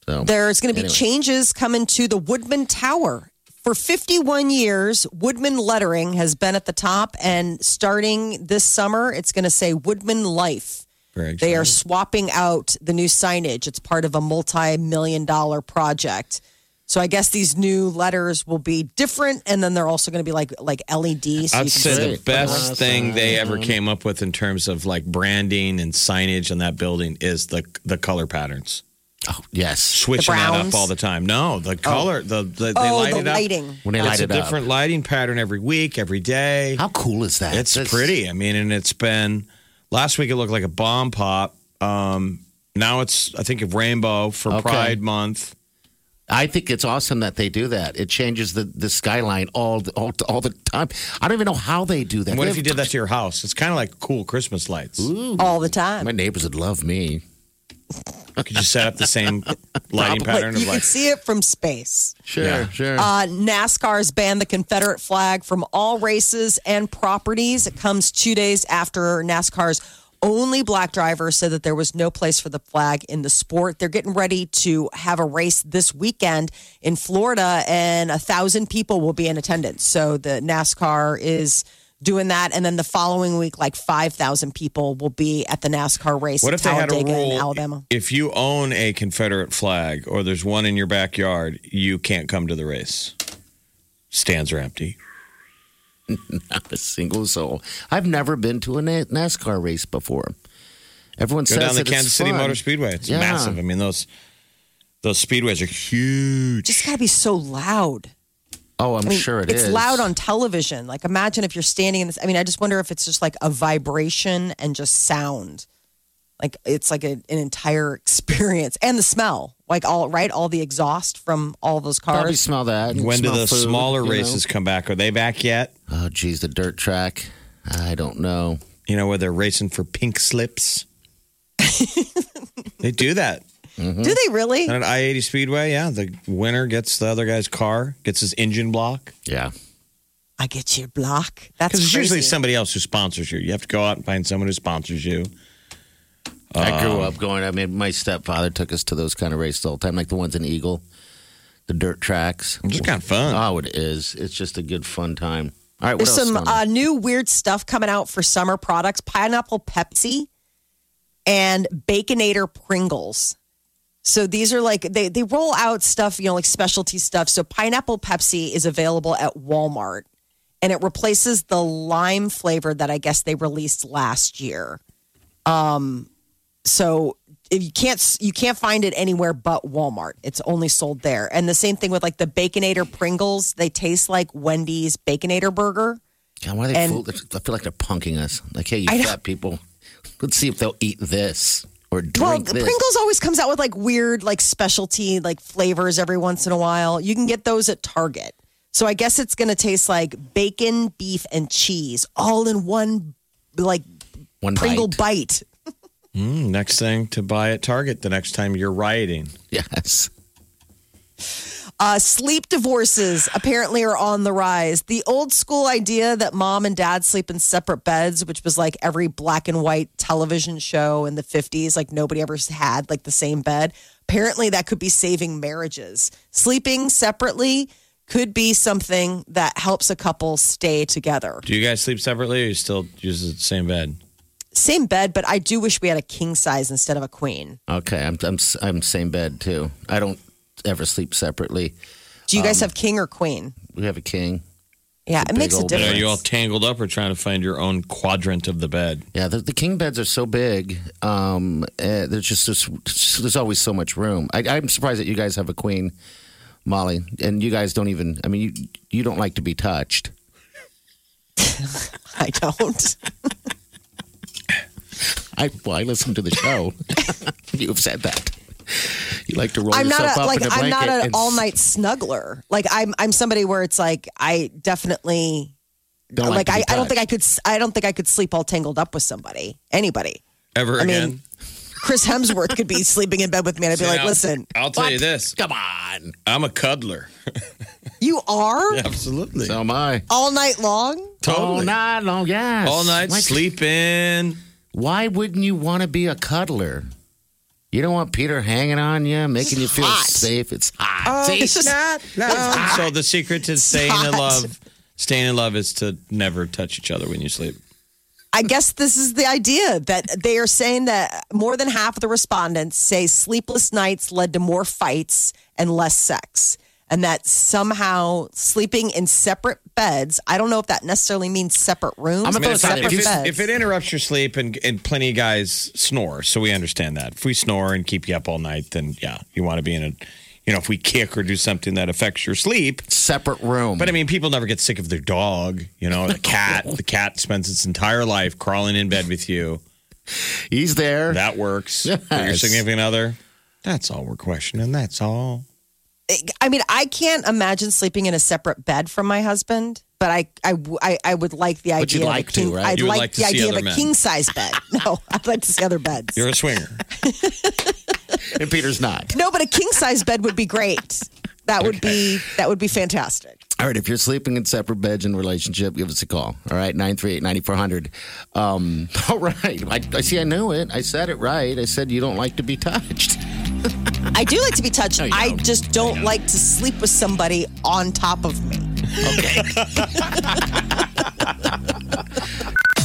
[SPEAKER 6] So
[SPEAKER 4] There's going to be
[SPEAKER 6] Anyway.
[SPEAKER 4] changes coming to the Woodman Tower. For 51 years, Woodman lettering has been at the top, and starting this summer, it's going to say Woodman Life.
[SPEAKER 5] Very exciting.
[SPEAKER 4] They are swapping out the new signage. It's part of a multi million dollar project. So I guess these new letters will be different, and then they're also going to be like like LED. So
[SPEAKER 5] I'd say the
[SPEAKER 6] see.
[SPEAKER 5] best thing they ever came up with in terms of like branding and signage on that building is the the color patterns.
[SPEAKER 6] oh, yes,
[SPEAKER 5] Switching that
[SPEAKER 4] browns?
[SPEAKER 5] up all the time. No, the color, the, the they
[SPEAKER 4] Oh,
[SPEAKER 5] light
[SPEAKER 4] the
[SPEAKER 5] it up.
[SPEAKER 4] lighting.
[SPEAKER 6] when they
[SPEAKER 5] it's
[SPEAKER 6] light
[SPEAKER 5] a
[SPEAKER 6] it up.
[SPEAKER 5] different lighting pattern every week, every day.
[SPEAKER 6] How cool is that?
[SPEAKER 5] It's
[SPEAKER 6] That's-
[SPEAKER 5] pretty. I mean, and it's been last week. It looked like a bomb pop. Um, now it's I think of rainbow for
[SPEAKER 6] Okay.
[SPEAKER 5] Pride Month.
[SPEAKER 6] I think it's awesome that they do that. It changes the, the skyline all the, all, all the time. I don't even know how they do that.
[SPEAKER 5] And what
[SPEAKER 6] They
[SPEAKER 5] if you did
[SPEAKER 6] have-
[SPEAKER 5] that to your house? It's kind of like cool Christmas lights.
[SPEAKER 4] all the time.
[SPEAKER 6] My neighbors would love me.
[SPEAKER 5] Could you set up the same lighting
[SPEAKER 4] But
[SPEAKER 5] pattern
[SPEAKER 4] you
[SPEAKER 5] of
[SPEAKER 4] can
[SPEAKER 5] like
[SPEAKER 4] see it from space.
[SPEAKER 6] Sure, sure.
[SPEAKER 4] Uh, NASCAR's banned the Confederate flag from all races and properties. It comes two days after NASCAR's only black driver said that there was no place for the flag in the sport. They're getting ready to have a race this weekend in Florida, and a thousand people will be in attendance. So the NASCAR is doing that, and then the following week, like five thousand people will be at the NASCAR race.
[SPEAKER 5] What
[SPEAKER 4] in
[SPEAKER 5] if they had a
[SPEAKER 4] Talladega in
[SPEAKER 5] rule?
[SPEAKER 4] Alabama?
[SPEAKER 5] If you own a Confederate flag or there's one in your backyard, you can't come to the race. Stands are empty.
[SPEAKER 6] Not a single soul. I've never been to a Na- NASCAR race before. Everyone
[SPEAKER 5] Go
[SPEAKER 6] says
[SPEAKER 5] down the
[SPEAKER 6] that it's
[SPEAKER 5] Kansas City
[SPEAKER 6] fun.
[SPEAKER 5] Motor Speedway. It's
[SPEAKER 6] Yeah.
[SPEAKER 5] massive. I mean those those speedways are huge.
[SPEAKER 4] Just gotta be so loud.
[SPEAKER 6] Oh, I'm
[SPEAKER 4] I mean,
[SPEAKER 6] sure it
[SPEAKER 4] it's
[SPEAKER 6] is.
[SPEAKER 4] loud on television. Like, imagine if you're standing in this. I mean, I just wonder if it's just like a vibration and just sound. Like, it's like a, an entire experience and the smell. Like, all right, all the exhaust from all those
[SPEAKER 6] Probably
[SPEAKER 4] cars.
[SPEAKER 6] smell that.
[SPEAKER 5] When do
[SPEAKER 6] smell
[SPEAKER 5] the
[SPEAKER 6] food,
[SPEAKER 5] smaller
[SPEAKER 6] you know?
[SPEAKER 5] races come back? Are they back yet?
[SPEAKER 6] Oh, geez, the dirt track. I don't know.
[SPEAKER 5] You know where they're racing for pink slips. they do that.
[SPEAKER 4] Do they really?
[SPEAKER 5] And at I 80 Speedway, yeah, the winner gets the other guy's car, gets his engine block.
[SPEAKER 6] Yeah.
[SPEAKER 4] I get your block. That's
[SPEAKER 5] Because it's usually
[SPEAKER 4] crazy.
[SPEAKER 5] somebody else who sponsors you. You have to go out and find someone who sponsors you.
[SPEAKER 6] I grew up going. I mean, my stepfather took us to those kind of races all the time, like the ones in Eagle, the dirt tracks.
[SPEAKER 5] It's kind of fun.
[SPEAKER 6] Oh, it is. It's just a good fun time. All right, what
[SPEAKER 4] There's
[SPEAKER 6] else,
[SPEAKER 4] some
[SPEAKER 6] Donna?
[SPEAKER 4] uh, new weird stuff coming out for summer products pineapple Pepsi and Baconator Pringles. So these are like, they, they roll out stuff, you know, like specialty stuff. So pineapple Pepsi is available at Walmart and it replaces the lime flavor that I guess they released last year. Um, so if you can't you can't find it anywhere but Walmart. It's only sold there. And the same thing with like the Baconator Pringles. They taste like Wendy's Baconator burger.
[SPEAKER 6] God, why are they?
[SPEAKER 4] and-
[SPEAKER 6] Fool- I feel like they're punking us. Like, hey, you
[SPEAKER 4] I know.
[SPEAKER 6] fat people, let's see if they'll eat this or drink
[SPEAKER 4] Well,
[SPEAKER 6] this.
[SPEAKER 4] Pringles always comes out with like weird, like specialty, like flavors every once in a while. You can get those at Target. So I guess it's going to taste like bacon, beef, and cheese all in one, like
[SPEAKER 6] One
[SPEAKER 4] Pringle
[SPEAKER 6] bite.
[SPEAKER 4] bite.
[SPEAKER 5] Mm, next thing to buy at Target the next time you're rioting.
[SPEAKER 6] Yes.
[SPEAKER 4] Uh, sleep divorces apparently are on the rise. The old school idea that mom and dad sleep in separate beds, which was like every black and white television show in the 50s, like nobody ever had like the same bed. Apparently, that could be saving marriages. Sleeping separately could be something that helps a couple stay together.
[SPEAKER 5] Do you guys sleep separately or you still use the same bed?
[SPEAKER 4] Same bed, but I do wish we had a king size instead of a queen.
[SPEAKER 6] Okay, I'm I'm I'm same bed too. I don't ever sleep separately.
[SPEAKER 4] Do you guys have king or queen?
[SPEAKER 6] We have a king.
[SPEAKER 4] Yeah, it
[SPEAKER 6] big
[SPEAKER 4] makes a
[SPEAKER 6] old bed.
[SPEAKER 5] And are
[SPEAKER 4] difference.
[SPEAKER 5] you all tangled up or trying to find your own quadrant of the bed?
[SPEAKER 6] Yeah, the, the king beds are so big. Um, uh, there's just, there's there's always so much room. I, I'm surprised that you guys have a queen, Molly, and you guys don't even. I mean, you you don't like to be touched.
[SPEAKER 4] I don't.
[SPEAKER 6] I well, I listen to the show. you have said that. You like to roll
[SPEAKER 4] I'm not
[SPEAKER 6] yourself
[SPEAKER 4] a
[SPEAKER 6] up
[SPEAKER 4] like
[SPEAKER 6] in a
[SPEAKER 4] I'm
[SPEAKER 6] blanket.
[SPEAKER 4] not an
[SPEAKER 6] and
[SPEAKER 4] all night snuggler. Like I'm I'm somebody where it's like I definitely
[SPEAKER 6] don't
[SPEAKER 4] like,
[SPEAKER 6] to be
[SPEAKER 4] I, I don't think I
[SPEAKER 6] touched.
[SPEAKER 4] could s- I don't think I could sleep all tangled up with somebody anybody.
[SPEAKER 5] Ever
[SPEAKER 4] mean,
[SPEAKER 5] again?
[SPEAKER 4] Chris Hemsworth could be sleeping in bed with me and I'd be
[SPEAKER 5] See,
[SPEAKER 4] like,
[SPEAKER 5] I'll-
[SPEAKER 4] listen,
[SPEAKER 5] I'll tell you this.
[SPEAKER 6] Come on,
[SPEAKER 5] I'm a cuddler.
[SPEAKER 4] you are
[SPEAKER 5] Absolutely. Oh,
[SPEAKER 6] so am I.
[SPEAKER 4] all night long.
[SPEAKER 6] All
[SPEAKER 5] totally.
[SPEAKER 6] night long, yes.
[SPEAKER 5] All night
[SPEAKER 6] Like,
[SPEAKER 5] sleeping.
[SPEAKER 6] Why wouldn't you want to be a cuddler? You don't want Peter hanging on you, making you feel
[SPEAKER 4] hot. Oh,
[SPEAKER 6] safe. It's hot. See?
[SPEAKER 5] So the secret to staying in
[SPEAKER 4] hot.
[SPEAKER 5] love, staying in love is to never touch each other when you sleep.
[SPEAKER 4] I guess this is the idea that they are saying that more than half of the respondents say sleepless nights led to more fights and less sex. And that somehow sleeping in separate beds, I don't know if that necessarily means separate rooms,
[SPEAKER 6] I'm a
[SPEAKER 4] but
[SPEAKER 6] thought
[SPEAKER 4] separate
[SPEAKER 5] if, you-
[SPEAKER 4] beds.
[SPEAKER 5] if it interrupts your sleep, and, and plenty of guys snore, so we understand that. If we snore and keep you up all night, then yeah, you want to be in a, you know, if we kick or do something that affects your sleep.
[SPEAKER 6] Separate room.
[SPEAKER 5] But I mean, people never get sick of their dog, you know, the cat. The cat spends its entire life crawling in bed with you.
[SPEAKER 6] He's there.
[SPEAKER 5] That works. But Your
[SPEAKER 6] Yes.
[SPEAKER 5] significant other. That's all we're questioning. That's all.
[SPEAKER 4] I mean, I can't imagine sleeping in a separate bed from my husband, but I, I, w- I- I would like the
[SPEAKER 6] But
[SPEAKER 4] idea.
[SPEAKER 6] you'd
[SPEAKER 4] of a
[SPEAKER 6] like to,
[SPEAKER 4] king-
[SPEAKER 6] right?
[SPEAKER 4] I'd
[SPEAKER 5] You would
[SPEAKER 4] like,
[SPEAKER 5] like to
[SPEAKER 4] the
[SPEAKER 5] see
[SPEAKER 4] idea of
[SPEAKER 5] other
[SPEAKER 4] a
[SPEAKER 5] men.
[SPEAKER 4] king size bed. No, I'd like to see other beds.
[SPEAKER 5] You're a swinger.
[SPEAKER 6] and Peter's not.
[SPEAKER 4] no, but a king size bed would be great. That would be that would be fantastic.
[SPEAKER 6] All right, if you're sleeping in separate beds in a relationship, give us a call. All right, 938-9400. Um, all right. I, I see I knew it. I said it right. I said you don't like to be touched.
[SPEAKER 4] I do like to be touched.
[SPEAKER 6] you
[SPEAKER 4] I
[SPEAKER 6] don't.
[SPEAKER 4] just don't like to sleep with somebody on top of me.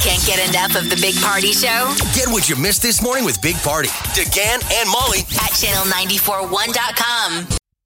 [SPEAKER 9] Can't get enough of the Big Party Show
[SPEAKER 7] Get what you missed this morning with Big Party. DeGan and Molly
[SPEAKER 9] at channel941.com.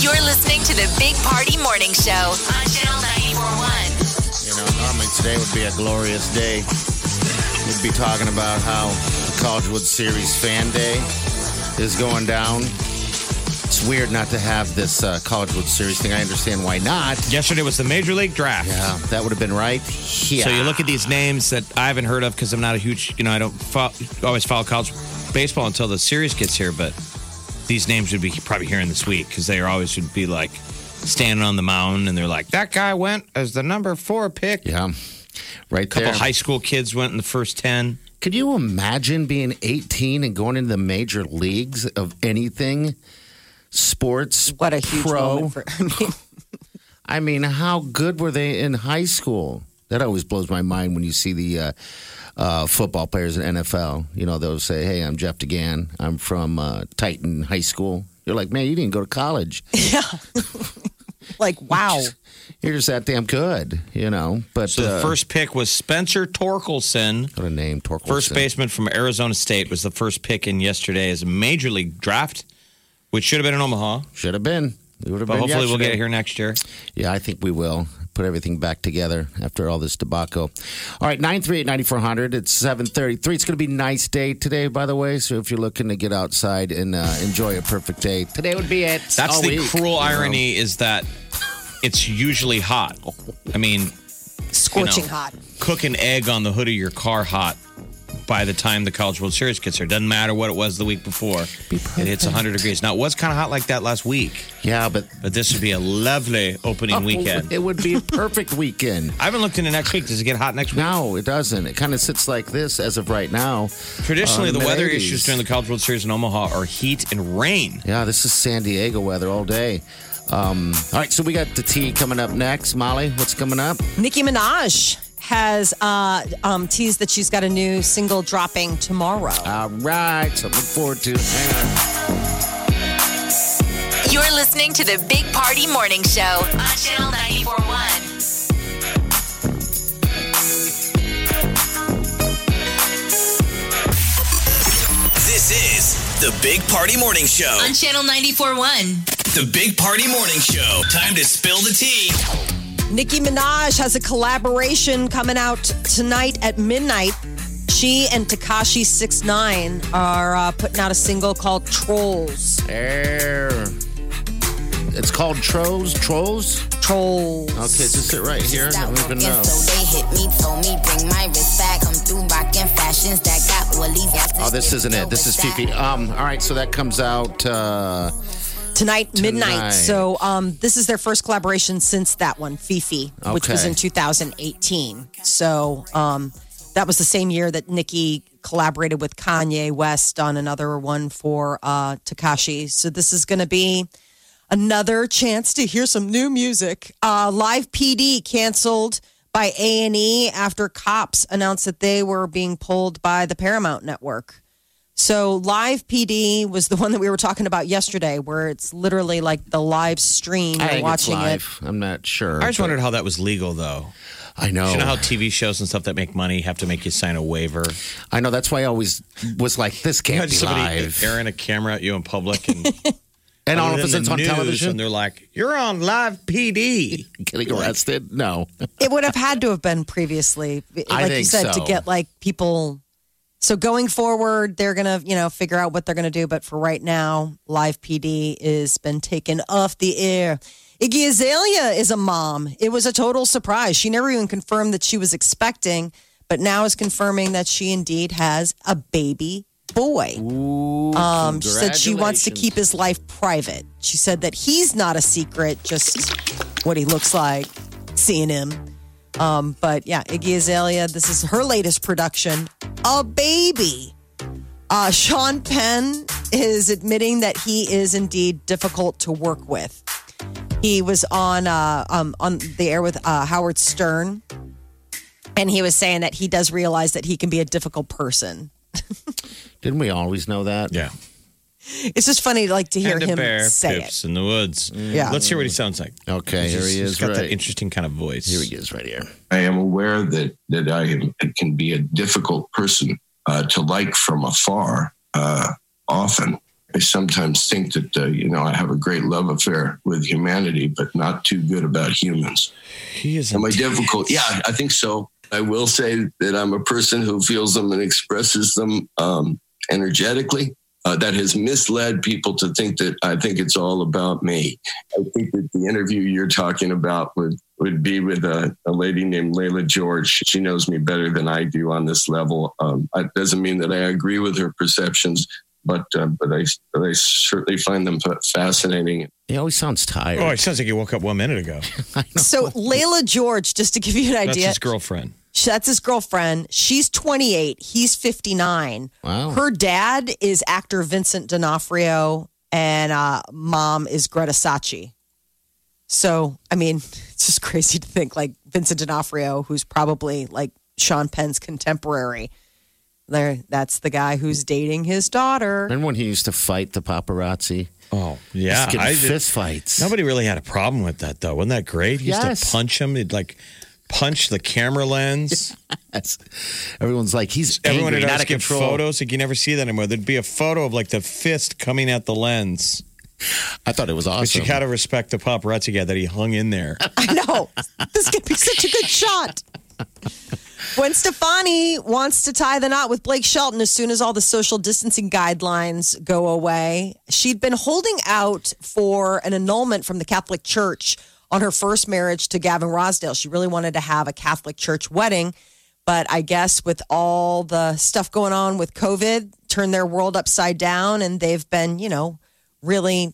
[SPEAKER 9] You're listening to the Big Party Morning Show on Channel 941.
[SPEAKER 6] You know, normally today would be a glorious day. We'd be talking about how the Collegewood Series Fan Day is going down. It's weird not to have this uh, Collegewood Series thing. I understand why not.
[SPEAKER 5] Yesterday was the major league draft.
[SPEAKER 6] Yeah, that would have been right here.
[SPEAKER 5] So you look at these names that I haven't heard of because I'm not a huge, you know, I don't fo- always follow college baseball until the series gets here. But these names would be probably hearing this week because they are always would be like standing on the mound and they're like, that guy went as the number four pick.
[SPEAKER 6] yeah, right
[SPEAKER 5] A
[SPEAKER 6] there.
[SPEAKER 5] couple high school kids went in the first ten.
[SPEAKER 6] Could you imagine being 18 and going into the major leagues of anything? Sports,
[SPEAKER 4] What a huge
[SPEAKER 6] pro.
[SPEAKER 4] moment for I mean,
[SPEAKER 6] I mean, how good were they in high school? That always blows my mind when you see the uh, uh, football players in NFL. You know, they'll say, "Hey, I'm Jeff DeGan. I'm from uh, Titan High School." You're like, "Man, you didn't go to college.
[SPEAKER 4] like wow.
[SPEAKER 6] You're just that damn good." You know, but
[SPEAKER 5] So the
[SPEAKER 6] uh,
[SPEAKER 5] first pick was Spencer Torkelson.
[SPEAKER 6] what a name, Torkelson.
[SPEAKER 5] First baseman from Arizona State was the first pick in yesterday's major league draft, which should have been in Omaha.
[SPEAKER 6] should have been. It would have
[SPEAKER 5] But
[SPEAKER 6] been
[SPEAKER 5] hopefully we'll
[SPEAKER 6] yesterday.
[SPEAKER 5] get it here next year.
[SPEAKER 6] Yeah, I think we will. put everything back together after all this debacle. All right, 938-9400. It's 733. It's going to be a nice day today, by the way. So if you're looking to get outside and uh, enjoy a perfect day, today would be it.
[SPEAKER 5] That's
[SPEAKER 6] All
[SPEAKER 5] the
[SPEAKER 6] week, you
[SPEAKER 5] cruel
[SPEAKER 6] know.
[SPEAKER 5] irony is that it's usually hot. I mean,
[SPEAKER 4] Scorching
[SPEAKER 5] know,
[SPEAKER 4] hot.
[SPEAKER 5] cook an egg on the hood of your car hot by the time the College World Series gets here. Doesn't matter what it was the week before. It hits 100 degrees. Now, it was kind of hot like that last week,
[SPEAKER 6] Yeah, but
[SPEAKER 5] but this would be a lovely opening
[SPEAKER 6] Oh,
[SPEAKER 5] weekend.
[SPEAKER 6] It would be a perfect weekend.
[SPEAKER 5] I haven't looked into next week. Does it get hot next week?
[SPEAKER 6] No, it doesn't. It kind of sits like this as of right now.
[SPEAKER 5] Traditionally,
[SPEAKER 6] Uh,
[SPEAKER 5] the weather
[SPEAKER 6] mid-eighties.
[SPEAKER 5] issues during the College World Series in Omaha are heat and rain.
[SPEAKER 6] Yeah, this is San Diego weather all day. Um, all right, so we got the tea coming up next. Molly, what's coming up?
[SPEAKER 4] Nicki Minaj has uh, um, teased that she's got a new single dropping tomorrow.
[SPEAKER 6] All right, so look forward to. Hang on.
[SPEAKER 2] You're listening to the Big Party Morning Show on Channel 941.
[SPEAKER 7] This is the Big Party Morning Show.
[SPEAKER 2] On Channel 941.
[SPEAKER 7] The Big Party Morning Show. Time to spill the tea.
[SPEAKER 4] Nicki Minaj has a collaboration coming out tonight at midnight. She and Takashi Six Nine are uh, putting out a single called Trolls.
[SPEAKER 6] Air. It's called Trolls. Trolls?
[SPEAKER 4] Trolls.
[SPEAKER 6] Okay, just sit right here. I don't even know.
[SPEAKER 8] they hit me, told me bring my wrist back. I'm through rocking fashions that got woolies.
[SPEAKER 6] Oh, this isn't it. This is Fifi. Um, all right, so that comes out. Uh,
[SPEAKER 4] Tonight, midnight.
[SPEAKER 6] Tonight.
[SPEAKER 4] So um, this is their first collaboration since that one, Fifi, which was
[SPEAKER 6] Okay.
[SPEAKER 4] in 2018. So um, that was the same year that Nicki collaborated with Kanye West on another one for uh, Takashi. So this is going to be another chance to hear some new music. Uh, Live PD canceled by A and E after cops announced that they were being pulled by the Paramount Network. So Live PD was the one that we were talking about yesterday, where it's literally like the live stream.
[SPEAKER 6] I
[SPEAKER 4] You're
[SPEAKER 6] think
[SPEAKER 4] watching it.
[SPEAKER 6] it's live. I'm not sure.
[SPEAKER 5] I just wondered how that was legal, though.
[SPEAKER 6] I know.
[SPEAKER 5] You know how TV shows and stuff that make money have to make you sign a waiver?
[SPEAKER 6] I know. That's why I always was like, this can't
[SPEAKER 5] Imagine
[SPEAKER 6] be
[SPEAKER 5] somebody
[SPEAKER 6] live.
[SPEAKER 5] airing a camera at you in public and
[SPEAKER 6] and all
[SPEAKER 5] put
[SPEAKER 6] of
[SPEAKER 5] it
[SPEAKER 6] a
[SPEAKER 5] in
[SPEAKER 6] sudden it's
[SPEAKER 5] the
[SPEAKER 6] on
[SPEAKER 5] news
[SPEAKER 6] television.
[SPEAKER 5] and they're like, "You're on live PD."
[SPEAKER 6] Getting arrested? No.
[SPEAKER 4] It would have had to have been previously, like
[SPEAKER 6] I
[SPEAKER 4] you
[SPEAKER 6] think
[SPEAKER 4] said, to
[SPEAKER 6] so.
[SPEAKER 4] get like people. So going forward, they're gonna you know figure out what they're gonna do. But for right now, Live PD is been taken off the air. Iggy Azalea is a mom. It was a total surprise. She never even confirmed that she was expecting, but now is confirming that she indeed has a baby boy. Um, she said she wants to keep his life private. She said that he's not a secret, just what he looks like, seeing him. Um, but yeah, Iggy Azalea, this is her latest production, A Baby. Uh, Sean Penn is admitting that he is indeed difficult to work with. He was on uh, um, on the air with uh, Howard Stern, and he was saying that he does realize that he can be a difficult person.
[SPEAKER 6] Didn't we always know that?
[SPEAKER 5] Yeah,
[SPEAKER 4] It's just funny, like to hear
[SPEAKER 5] and a
[SPEAKER 4] him
[SPEAKER 5] bear
[SPEAKER 4] say it.
[SPEAKER 5] poops in the woods.
[SPEAKER 4] Yeah.
[SPEAKER 5] let's hear what he sounds like.
[SPEAKER 6] Okay,
[SPEAKER 5] He's
[SPEAKER 6] here
[SPEAKER 5] just-
[SPEAKER 6] he
[SPEAKER 5] he's
[SPEAKER 6] is.
[SPEAKER 5] got
[SPEAKER 6] Right.
[SPEAKER 5] that interesting kind of voice.
[SPEAKER 6] here he is, right here.
[SPEAKER 8] I am aware that that I am- can be a difficult person uh, to like from afar. Uh, often, I sometimes think that uh, you know I have a great love affair with humanity, but not too good about humans.
[SPEAKER 5] He is.
[SPEAKER 8] Am I difficult? Yeah, I think so. I will say that I'm a person who feels them and expresses them um, energetically. Uh, that has misled people to think that I think it's all about me. I think that the interview you're talking about would, would be with a, a lady named Layla George. She knows me better than I do on this level. Um, it doesn't mean that I agree with her perceptions, but uh, but I, but I certainly find them fa- fascinating
[SPEAKER 6] He always sounds tired.
[SPEAKER 5] Oh, it sounds like he woke up one minute ago.
[SPEAKER 4] So Layla George, just to give you an
[SPEAKER 5] That's
[SPEAKER 4] idea,
[SPEAKER 5] his girlfriend.
[SPEAKER 4] she- that's his girlfriend. She's 28. He's 59.
[SPEAKER 6] Wow.
[SPEAKER 4] Her dad is actor Vincent D'Onofrio, and uh, mom is Greta Sacchi. So, I mean, it's just crazy to think like Vincent D'Onofrio, who's probably like Sean Penn's contemporary. There, that's the guy who's dating his daughter.
[SPEAKER 6] Remember when he used to fight the paparazzi?
[SPEAKER 5] Oh, yeah.
[SPEAKER 6] Just get
[SPEAKER 5] I-
[SPEAKER 6] fist fights.
[SPEAKER 5] Nobody really had a problem with that, though. Wasn't that great? He used
[SPEAKER 6] Yes.
[SPEAKER 5] to punch him. He'd like punch the camera lens.
[SPEAKER 6] That's- everyone's like, he's
[SPEAKER 5] Everyone
[SPEAKER 6] angry,
[SPEAKER 5] would
[SPEAKER 6] not
[SPEAKER 5] always
[SPEAKER 6] of
[SPEAKER 5] get
[SPEAKER 6] control.
[SPEAKER 5] photos. Like you never see that anymore. There'd be a photo of like the fist coming at the lens.
[SPEAKER 6] I thought it was
[SPEAKER 10] But
[SPEAKER 6] awesome.
[SPEAKER 10] you gotta respect the paparazzi guy that he hung in there.
[SPEAKER 4] I know. This could be such a good shot. When Stefani wants to tie the knot with Blake Shelton as soon as all the social distancing guidelines go away, she'd been holding out for an annulment from the Catholic Church on her first marriage to Gavin Rosdale. She really wanted to have a Catholic Church wedding, but I guess with all the stuff going on with COVID, turned their world upside down and they've been, you know, really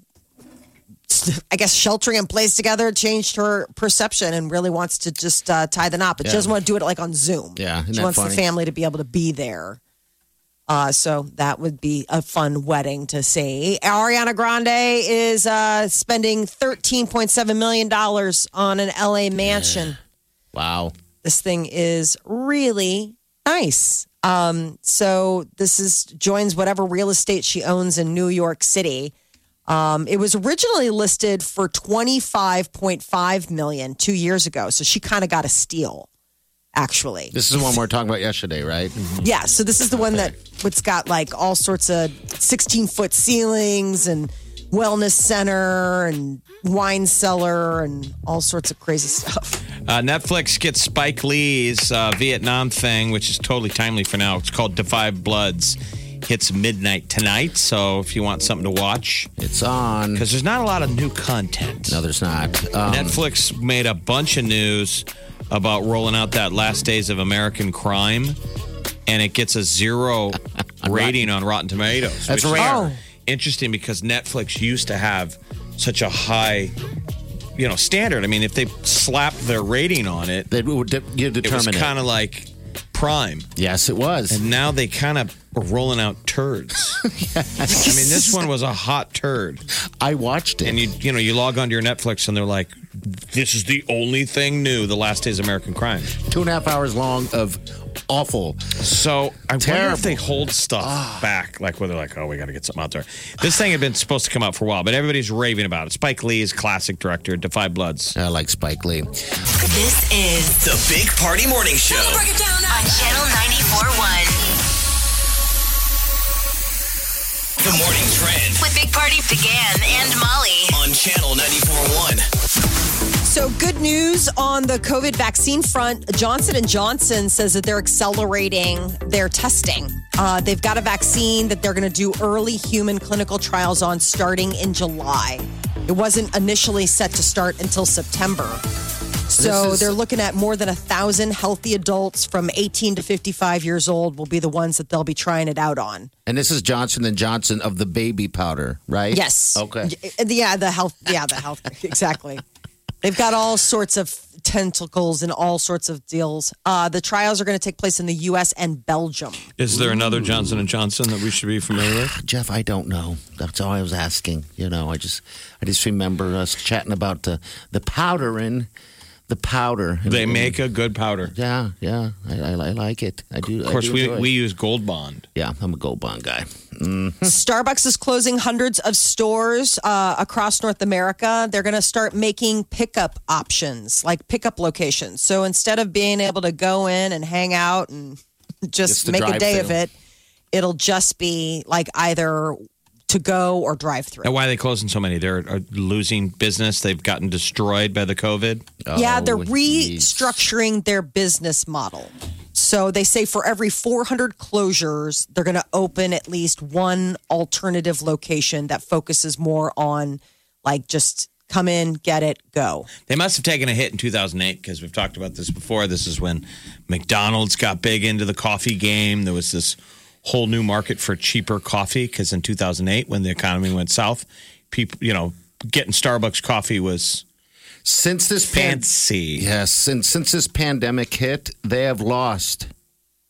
[SPEAKER 4] I guess sheltering in place together changed her perception and really wants to just uh, tie the knot, but she
[SPEAKER 6] Yeah.
[SPEAKER 4] doesn't want to do it like on Zoom.
[SPEAKER 6] Yeah, isn't
[SPEAKER 4] she
[SPEAKER 6] that
[SPEAKER 4] wants
[SPEAKER 6] funny?
[SPEAKER 4] the family to be able to be there. Uh, so that would be a fun wedding to see. Ariana Grande is uh, spending thirteen point seven million dollars on an LA mansion.
[SPEAKER 6] Wow.
[SPEAKER 4] This thing is really nice. Um, so this is joins whatever real estate she owns in New York City. Um, it was originally listed for 25.5 million two years ago. So she kind of got a steal actually.
[SPEAKER 6] This is the one we are talking about yesterday, right?
[SPEAKER 5] Mm-hmm.
[SPEAKER 4] Yeah, so this is the one that it's got like all sorts of 16 foot ceilings and wellness center and wine cellar and all sorts of crazy stuff.
[SPEAKER 5] Uh, Netflix gets Spike Lee's uh, Vietnam thing, which is totally timely for now. It's called Defy Bloods. Hits midnight tonight, so if you want something to watch,
[SPEAKER 6] it's on.
[SPEAKER 5] Because there's not a lot of new content.
[SPEAKER 6] No, there's not. Um,
[SPEAKER 5] Netflix made a bunch of news about rolling out that Last Days of American Crime, and it gets a zero rating on Rotten Tomatoes.
[SPEAKER 6] That's
[SPEAKER 5] which is
[SPEAKER 6] rare. Oh.
[SPEAKER 5] Interesting because Netflix used to have such a high, you know, standard. I mean, if they slapped their rating on it,
[SPEAKER 6] they would you
[SPEAKER 5] It
[SPEAKER 6] determine
[SPEAKER 5] was
[SPEAKER 6] it.
[SPEAKER 5] kind of like Prime.
[SPEAKER 6] Yes, it was.
[SPEAKER 5] And now they kind of are rolling out turds. I mean, this one was a hot turd.
[SPEAKER 6] I watched it.
[SPEAKER 5] And you you know, you log onto your Netflix and they're like, This is the only thing new, the last days of American crime.
[SPEAKER 6] Two and a half hours long of awful.
[SPEAKER 5] So I wonder
[SPEAKER 6] Terrible. Ah.
[SPEAKER 5] if they hold stuff back, like where they're like, oh, we got to get something out there. This thing had been supposed to come out for a while, but everybody's raving about it. Spike Lee is classic director, Defy Bloods.
[SPEAKER 6] I like Spike Lee.
[SPEAKER 2] This is
[SPEAKER 7] The Big Party Morning Show.
[SPEAKER 2] on Channel 94.1
[SPEAKER 7] The morning trend
[SPEAKER 2] with Big Party began and Molly.
[SPEAKER 7] on Channel 94.1.
[SPEAKER 4] So, good news on the COVID vaccine front. Johnson and Johnson says that they're accelerating their testing. Uh, they've got a vaccine that they're going to do early human clinical trials on starting in July. It wasn't initially set to start until September. So
[SPEAKER 6] This is-
[SPEAKER 4] they're looking at more than a thousand healthy adults from 18 to 55 years old will be the ones that they'll be trying it out on.
[SPEAKER 6] And this is Johnson and Johnson of the baby powder, right?
[SPEAKER 4] Yes.
[SPEAKER 6] Okay.
[SPEAKER 4] Y- uh, Yeah, the health. Yeah, the health. exactly. They've got all sorts of tentacles and all sorts of deals. Uh, the trials are going to take place in the U.S. and Belgium.
[SPEAKER 5] Is there another Johnson and Johnson that we should be familiar with?
[SPEAKER 6] Ah, Jeff, I don't know. That's all I was asking. You know, I just, I just remember us chatting about the the powder and the powder. Mm-hmm.
[SPEAKER 5] They make a good powder.
[SPEAKER 6] Yeah, yeah. I, I, I like it. I do.
[SPEAKER 5] Of course, we, we use Gold Bond.
[SPEAKER 6] Yeah, I'm a gold bond guy. Hmm.
[SPEAKER 4] Starbucks is closing hundreds of stores uh, across North America. They're going to start making pickup options, like pickup locations. So instead of being able to go in and hang out and
[SPEAKER 6] It's
[SPEAKER 4] just
[SPEAKER 6] the
[SPEAKER 4] make a day of
[SPEAKER 6] drive-thru.
[SPEAKER 4] it, it'll just be like either to go or drive through.
[SPEAKER 5] Now, why are they closing so many? They're uh, losing business. They've gotten destroyed by the COVID.
[SPEAKER 4] yeah, they're
[SPEAKER 6] Oh,
[SPEAKER 4] restructuring their business model. So they say for every 400 closures, they're going to open at least one alternative location that focuses more on like just come in, get it, go.
[SPEAKER 5] They must have taken a hit in 2008 because we've talked about this before. This is when McDonald's got big into the coffee game. There was this whole new market for cheaper coffee because in 2008, when the economy went south, people, you know, getting Starbucks coffee was
[SPEAKER 6] Since this pan-
[SPEAKER 5] fancy.
[SPEAKER 6] yes, and since this pandemic hit, they have lost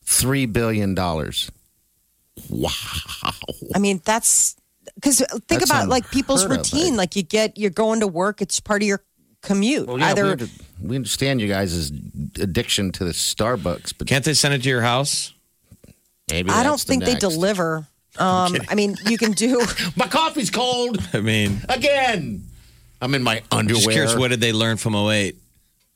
[SPEAKER 6] three billion dollars. Wow.
[SPEAKER 4] I mean, that's because think
[SPEAKER 6] That's
[SPEAKER 4] about like people's
[SPEAKER 6] unheard of,
[SPEAKER 4] routine.
[SPEAKER 6] right?
[SPEAKER 4] like you get, you're going to work, it's part of your commute.
[SPEAKER 6] Well, yeah, we,
[SPEAKER 4] Either
[SPEAKER 6] under- we understand you guys' addiction to the Starbucks, but
[SPEAKER 5] Can't they send it to your house?
[SPEAKER 6] maybe
[SPEAKER 4] I don't
[SPEAKER 6] that's the
[SPEAKER 4] think they
[SPEAKER 6] next.
[SPEAKER 4] deliver. Um, I mean, you can do.
[SPEAKER 6] My coffee's cold
[SPEAKER 5] I mean,
[SPEAKER 6] again. I'm in my underwear.
[SPEAKER 5] just curious, what did they learn from 08?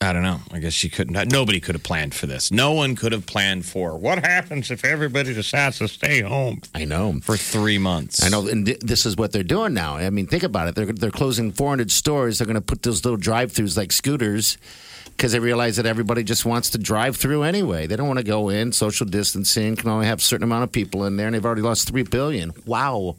[SPEAKER 5] I don't know. I guess she couldn't. Nobody could have planned for this. No one could have planned for what happens if everybody decides to stay home.
[SPEAKER 6] I know.
[SPEAKER 5] For three months.
[SPEAKER 6] I know, and th- this is what they're doing now. I mean, think about it. They're they're closing 400 stores. They're going to put those little drive-throughs like scooters because they realize that everybody just wants to drive through anyway. They don't want to go in social distancing. Can only have a certain amount of people in there, and they've already lost three billion. Wow,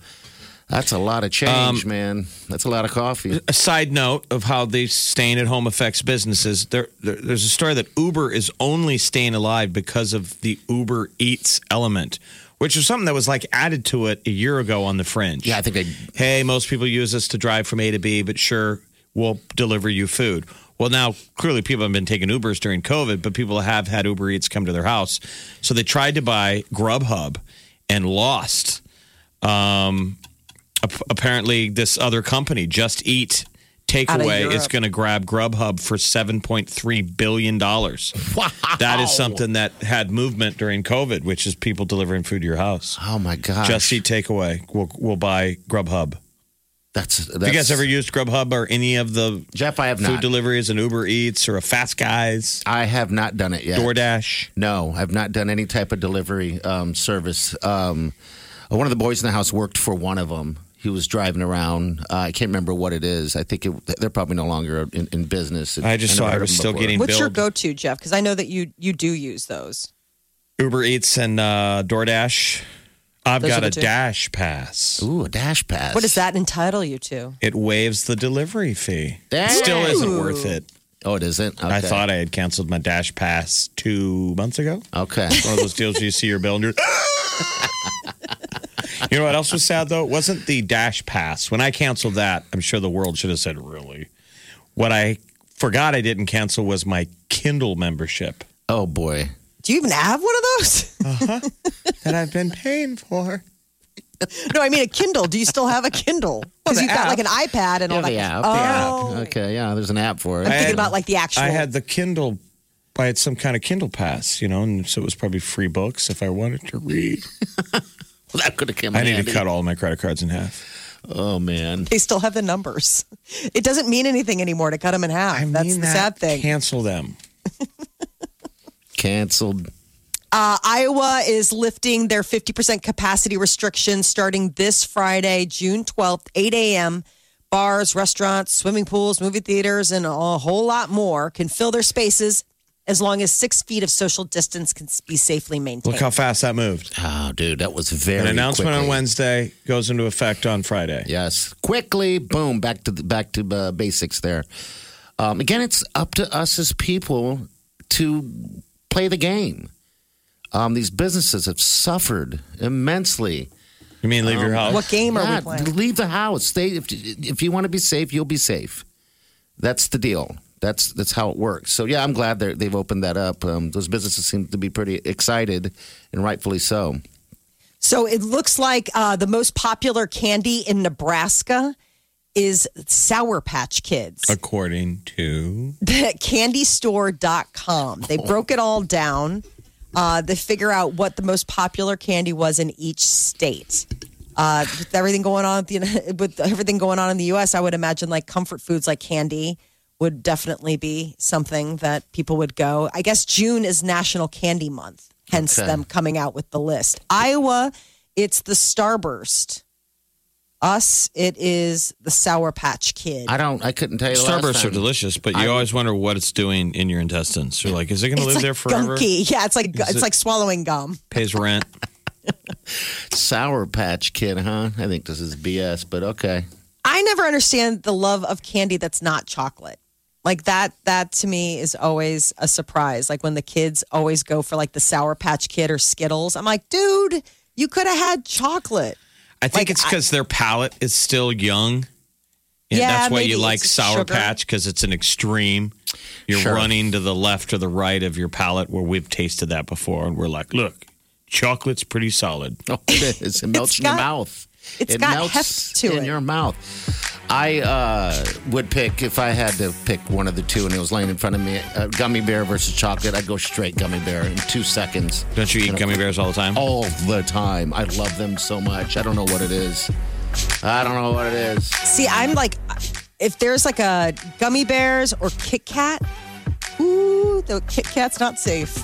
[SPEAKER 6] that's a lot of change,
[SPEAKER 5] Um,
[SPEAKER 6] man. That's a lot of coffee.
[SPEAKER 5] A side note of how the staying at home affects businesses. There, there, there's a story that Uber is only staying alive because of the Uber Eats element, which was something that was like added to it a year ago on the fringe. Yeah, I
[SPEAKER 6] think they.
[SPEAKER 5] Hey, most people use us to drive from A to B, but sure, we'll deliver you food. Well, now clearly people have been taking Ubers during COVID, but people have had Uber Eats come to their house. So they tried to buy Grubhub and lost. Um, ap- apparently, this other company, Just Eat
[SPEAKER 1] Out of
[SPEAKER 5] Takeaway, is
[SPEAKER 1] Europe.
[SPEAKER 5] going to grab Grubhub for $7.3 billion. Wow. That is something that had movement during COVID, which is people delivering food to your house.
[SPEAKER 6] Oh, my gosh.
[SPEAKER 5] Just Eat Takeaway will, will buy Grubhub.
[SPEAKER 6] That's, that's
[SPEAKER 5] Have you guys ever used Grubhub or any of the
[SPEAKER 6] Jeff? I have
[SPEAKER 5] food
[SPEAKER 6] not.
[SPEAKER 5] deliveries and Uber Eats or a Fast Guys.
[SPEAKER 6] I have not done it yet.
[SPEAKER 5] DoorDash.
[SPEAKER 6] No, I've not done any type of delivery um, service. Um, one of the boys in the house worked for one of them. He was driving around. Uh, I can't remember what it is. I think it, they're probably no longer in, in business.
[SPEAKER 5] I just saw
[SPEAKER 6] never
[SPEAKER 5] I
[SPEAKER 6] heard
[SPEAKER 5] was
[SPEAKER 6] of them
[SPEAKER 5] still
[SPEAKER 6] before.
[SPEAKER 5] getting
[SPEAKER 4] What's your
[SPEAKER 5] billed.
[SPEAKER 4] go-to, Jeff? Because I know that you you do use those.
[SPEAKER 5] Uber Eats and uh, DoorDash. I've
[SPEAKER 4] Those
[SPEAKER 5] got
[SPEAKER 4] are
[SPEAKER 5] a
[SPEAKER 4] the two.
[SPEAKER 5] Dash Pass.
[SPEAKER 6] Ooh, a Dash Pass.
[SPEAKER 4] What does that entitle you to?
[SPEAKER 5] It waives the delivery fee.
[SPEAKER 4] Dang.
[SPEAKER 5] Still isn't
[SPEAKER 4] Ooh.
[SPEAKER 5] worth it.
[SPEAKER 6] Oh, it isn't.
[SPEAKER 5] I
[SPEAKER 6] Okay.
[SPEAKER 5] thought I had canceled my Dash Pass two months ago.
[SPEAKER 6] Okay,
[SPEAKER 5] one of those deals where you see your bill and you're. you know what else was sad though? It wasn't the Dash Pass. When I canceled that, I'm sure the world should have said really. What I forgot I didn't cancel was my Kindle membership.
[SPEAKER 6] Oh boy.
[SPEAKER 4] Do you even have one of those?
[SPEAKER 5] Uh-huh. that I've been paying for.
[SPEAKER 4] no, I mean a Kindle. Do you still have a Kindle? Because
[SPEAKER 5] the
[SPEAKER 4] you've got like an
[SPEAKER 5] app.
[SPEAKER 4] iPad and all that.
[SPEAKER 6] Yeah, the app.
[SPEAKER 4] Oh,
[SPEAKER 6] The app. Okay, yeah, there's an app for it.
[SPEAKER 4] I'm thinking
[SPEAKER 5] had-
[SPEAKER 4] about like the actual.
[SPEAKER 5] I had the Kindle. I had some kind of Kindle pass, you know, and so it was probably free books if I wanted to read.
[SPEAKER 6] well, that could have come.
[SPEAKER 5] I need
[SPEAKER 6] handy.
[SPEAKER 5] to cut all my credit cards in half.
[SPEAKER 6] Oh man,
[SPEAKER 4] They still have the numbers. It doesn't mean anything anymore to cut them in half. That's the sad thing.
[SPEAKER 5] Cancel them.
[SPEAKER 6] canceled.
[SPEAKER 4] Uh, Iowa is lifting their 50% capacity restrictions starting this Friday, June 12th, 8 a.m. Bars, restaurants, swimming pools, movie theaters, and a whole lot more can fill their spaces as long as six feet of social distance can be safely maintained.
[SPEAKER 5] Look how fast that moved.
[SPEAKER 6] Oh, dude, that was very
[SPEAKER 5] An announcement on
[SPEAKER 6] quickly.
[SPEAKER 5] Wednesday goes into effect on Friday.
[SPEAKER 6] Yes, quickly, boom, back to the, back to uh, basics there. Um, again, it's up to us as people to play the game. Um, these businesses have suffered immensely.
[SPEAKER 5] You mean leave your house?
[SPEAKER 4] What game are we
[SPEAKER 6] Yeah,
[SPEAKER 4] playing?
[SPEAKER 6] Leave the house. Stay if, if you want to be safe, you'll be safe. That's the deal. That's that's how it works. So yeah, I'm glad they're- they've opened that up. Um, those businesses seem to be pretty excited, and rightfully so.
[SPEAKER 4] So it looks like uh, the most popular candy in Nebraska is Sour Patch Kids.
[SPEAKER 5] According to
[SPEAKER 4] candystore.com. They broke it all down. Uh, they figure out what the most popular candy was in each state. Uh, with everything going on at the, with everything going on in the U.S., I would imagine like comfort foods like candy would definitely be something that people would go. I guess June is National Candy Month, hence
[SPEAKER 11] Okay.
[SPEAKER 4] them coming out with the list. Iowa, it's the Starburst. Us, it is the Sour Patch Kid.
[SPEAKER 6] I don't. I couldn't tell you. the last
[SPEAKER 5] Starbursts are
[SPEAKER 6] time.
[SPEAKER 5] delicious, but you always wonder what it's doing in your intestines. You're like, is it going to live
[SPEAKER 4] it's
[SPEAKER 5] there
[SPEAKER 4] like
[SPEAKER 5] forever?
[SPEAKER 4] gunky. Yeah, it's like
[SPEAKER 5] Is
[SPEAKER 4] it's
[SPEAKER 5] it-
[SPEAKER 4] like swallowing gum.
[SPEAKER 5] Pays rent.
[SPEAKER 6] Sour Patch Kid, huh? I think this is BS, but okay.
[SPEAKER 4] I never understand the love of candy that's not chocolate. Like that that to me is always a surprise. Like when the kids always go for like the sour patch kid or Skittles. I'm like, dude, you could have had chocolate.
[SPEAKER 5] I think it's because their palate is still young. And
[SPEAKER 4] Yeah,
[SPEAKER 5] that's why
[SPEAKER 4] maybe
[SPEAKER 5] you like
[SPEAKER 4] it's
[SPEAKER 5] Sour
[SPEAKER 4] sugar.
[SPEAKER 5] Patch because it's an extreme. You're
[SPEAKER 6] Sure.
[SPEAKER 5] running to the left or the right of your palate where we've tasted that before, and we're like, look, chocolate's pretty solid.
[SPEAKER 6] Oh, it is. It melts in
[SPEAKER 4] got-
[SPEAKER 6] your mouth.
[SPEAKER 4] it's
[SPEAKER 6] it
[SPEAKER 4] got
[SPEAKER 6] melts
[SPEAKER 4] heft to it.
[SPEAKER 6] in your mouth. I uh, would pick if I had to pick one of the two, and it was laying in front of me, uh, gummy bear versus chocolate. I'd go straight gummy bear in two seconds.
[SPEAKER 5] Don't you eat gummy bears all the time?
[SPEAKER 6] All the time. I love them so much. I don't know what it is. I don't know what it is.
[SPEAKER 4] See, I'm like if there's like a gummy bears or Kit Kat, you. The Kit Kat's not safe.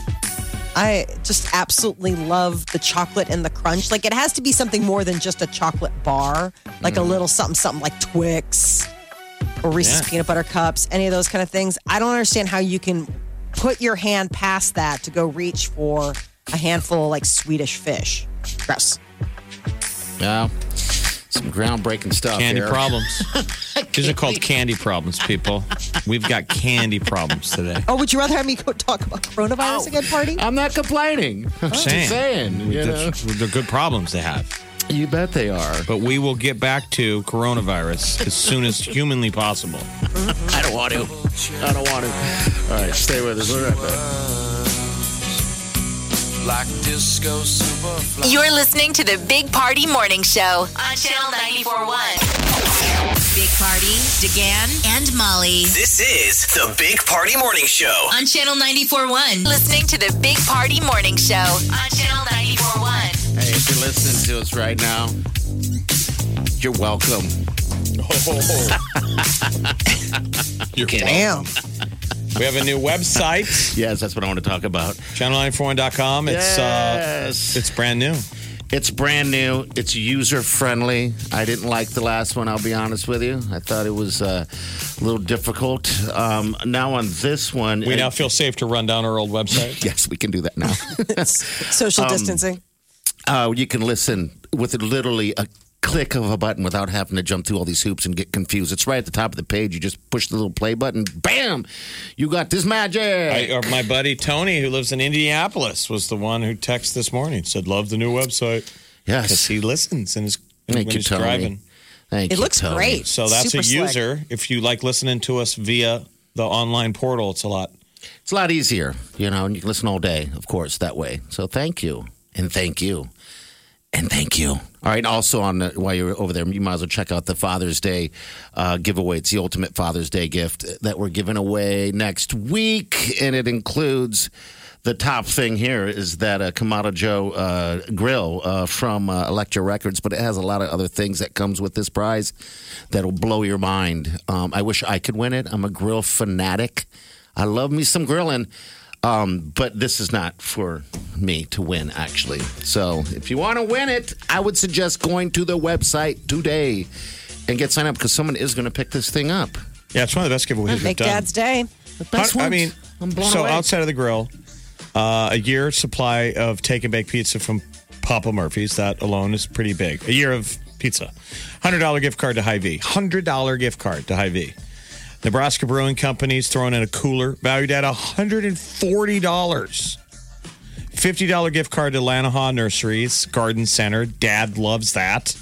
[SPEAKER 4] I just absolutely love the chocolate and the crunch. Like it has to be something more than just a chocolate bar, like a little something, something like Twix or Reese's
[SPEAKER 11] Yeah.
[SPEAKER 4] peanut butter cups, any of those kind of things. I don't understand how you can put your hand past that to go reach for a handful of like Swedish fish. Gross.
[SPEAKER 6] Yeah. Some groundbreaking stuff.
[SPEAKER 5] Candy
[SPEAKER 6] here.
[SPEAKER 5] problems. These are called candy problems, people. We've got candy problems today.
[SPEAKER 4] Oh, would you rather have me go talk about coronavirus again, party?
[SPEAKER 6] I'm not complaining.
[SPEAKER 5] I'm saying,
[SPEAKER 6] saying, you
[SPEAKER 5] they're, they're good problems to have.
[SPEAKER 6] You bet they are.
[SPEAKER 5] But we will get back to coronavirus as soon as humanly possible.
[SPEAKER 6] I don't want to. I don't want to. All right, stay with us. We'll be right back.
[SPEAKER 7] Like disco superfly.
[SPEAKER 2] You're listening to the Big Party Morning Show on Channel 94.1. Big Party, DeGan, and Molly.
[SPEAKER 7] This is the Big Party Morning Show.
[SPEAKER 2] On Channel 94.1. Listening to the Big Party Morning Show on Channel 94.1.
[SPEAKER 6] Hey, if you're listening to us right now, you're welcome.
[SPEAKER 5] You're
[SPEAKER 4] Damn.
[SPEAKER 5] We have a new website.
[SPEAKER 6] yes, that's what I want to talk about.
[SPEAKER 5] Channel941.com. It's uh, it's brand new.
[SPEAKER 6] It's brand new. It's user friendly. I didn't like the last one. I'll be honest with you. I thought it was uh, a little difficult. Um, now on this one,
[SPEAKER 5] We now feel safe to run down our old website.
[SPEAKER 6] yes, we can do that now.
[SPEAKER 4] Social
[SPEAKER 6] Um,
[SPEAKER 4] distancing.
[SPEAKER 6] Uh, you can listen with literally a click of a button without having to jump through all these hoops and get confused. It's right at the top of the page. You just push the little play button. Bam! You got this magic.
[SPEAKER 5] I, or my buddy Tony, who lives in Indianapolis, was the one who texted this morning. Said, "Love the new website."
[SPEAKER 6] Yes,
[SPEAKER 5] because he listens and is when
[SPEAKER 6] Thank you,
[SPEAKER 5] he's
[SPEAKER 6] Tony.
[SPEAKER 5] driving.
[SPEAKER 6] Thank
[SPEAKER 4] It
[SPEAKER 6] you,
[SPEAKER 4] looks
[SPEAKER 6] Tony.
[SPEAKER 4] great.
[SPEAKER 5] So that's
[SPEAKER 4] Super
[SPEAKER 5] a
[SPEAKER 4] slick.
[SPEAKER 5] user. If you like listening to us via the online portal, it's a lot.
[SPEAKER 6] It's a lot easier, you know, and you can listen all day, of course, that way. So thank you. And thank you. And thank you. All right. and Also, on the, while you're over there, you might as well check out the Father's Day uh, giveaway. It's the ultimate Father's Day gift that we're giving away next week, and it includes the top thing here is that uh, Kamado Joe uh, grill uh, from uh, Electra Records, but it has a lot of other things that comes with this prize that'll blow your mind. Um, I wish I could win it. I'm a grill fanatic. I love me some grilling. Um, but this is not for me to win, actually. So if you want to win it, I would suggest going to the website today and get signed up because someone is going to pick this thing up.
[SPEAKER 5] Yeah, it's one of the best giveaways we've
[SPEAKER 4] Make
[SPEAKER 5] done.
[SPEAKER 4] Dad's day.
[SPEAKER 5] Hun- I mean, so outside of the grill, uh, a year supply of take and bake pizza from Papa Murphy's. That alone is pretty big. A year of pizza. $100 gift card to Hy-Vee. $100 gift card to Hy-Vee. Nebraska Brewing Company's throwing in a cooler valued at $140. $50 gift card to Lanahaw Nurseries Garden Center. Dad loves that.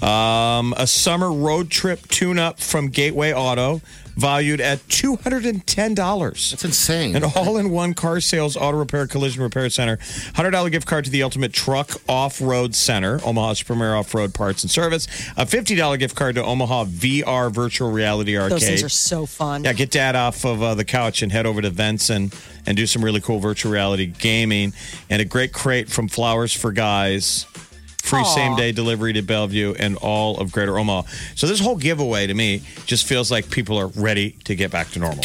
[SPEAKER 5] Um, a summer road trip tune up from Gateway Auto, valued at $210. That's
[SPEAKER 6] insane.
[SPEAKER 5] An all in one car sales, auto repair, collision repair center. $100 gift card to the Ultimate Truck Off Road Center, Omaha's premier off road parts and service. A $50 gift card to Omaha VR Virtual Reality Arcade.
[SPEAKER 4] Those things are so fun.
[SPEAKER 5] Yeah, get dad off of uh, the couch and head over to Venson and do some really cool virtual reality gaming and a great crate from Flowers for Guys. Free
[SPEAKER 1] Aw.
[SPEAKER 5] same day delivery to Bellevue and all of Greater Omaha. So this whole giveaway to me just feels like people are ready to get back to normal.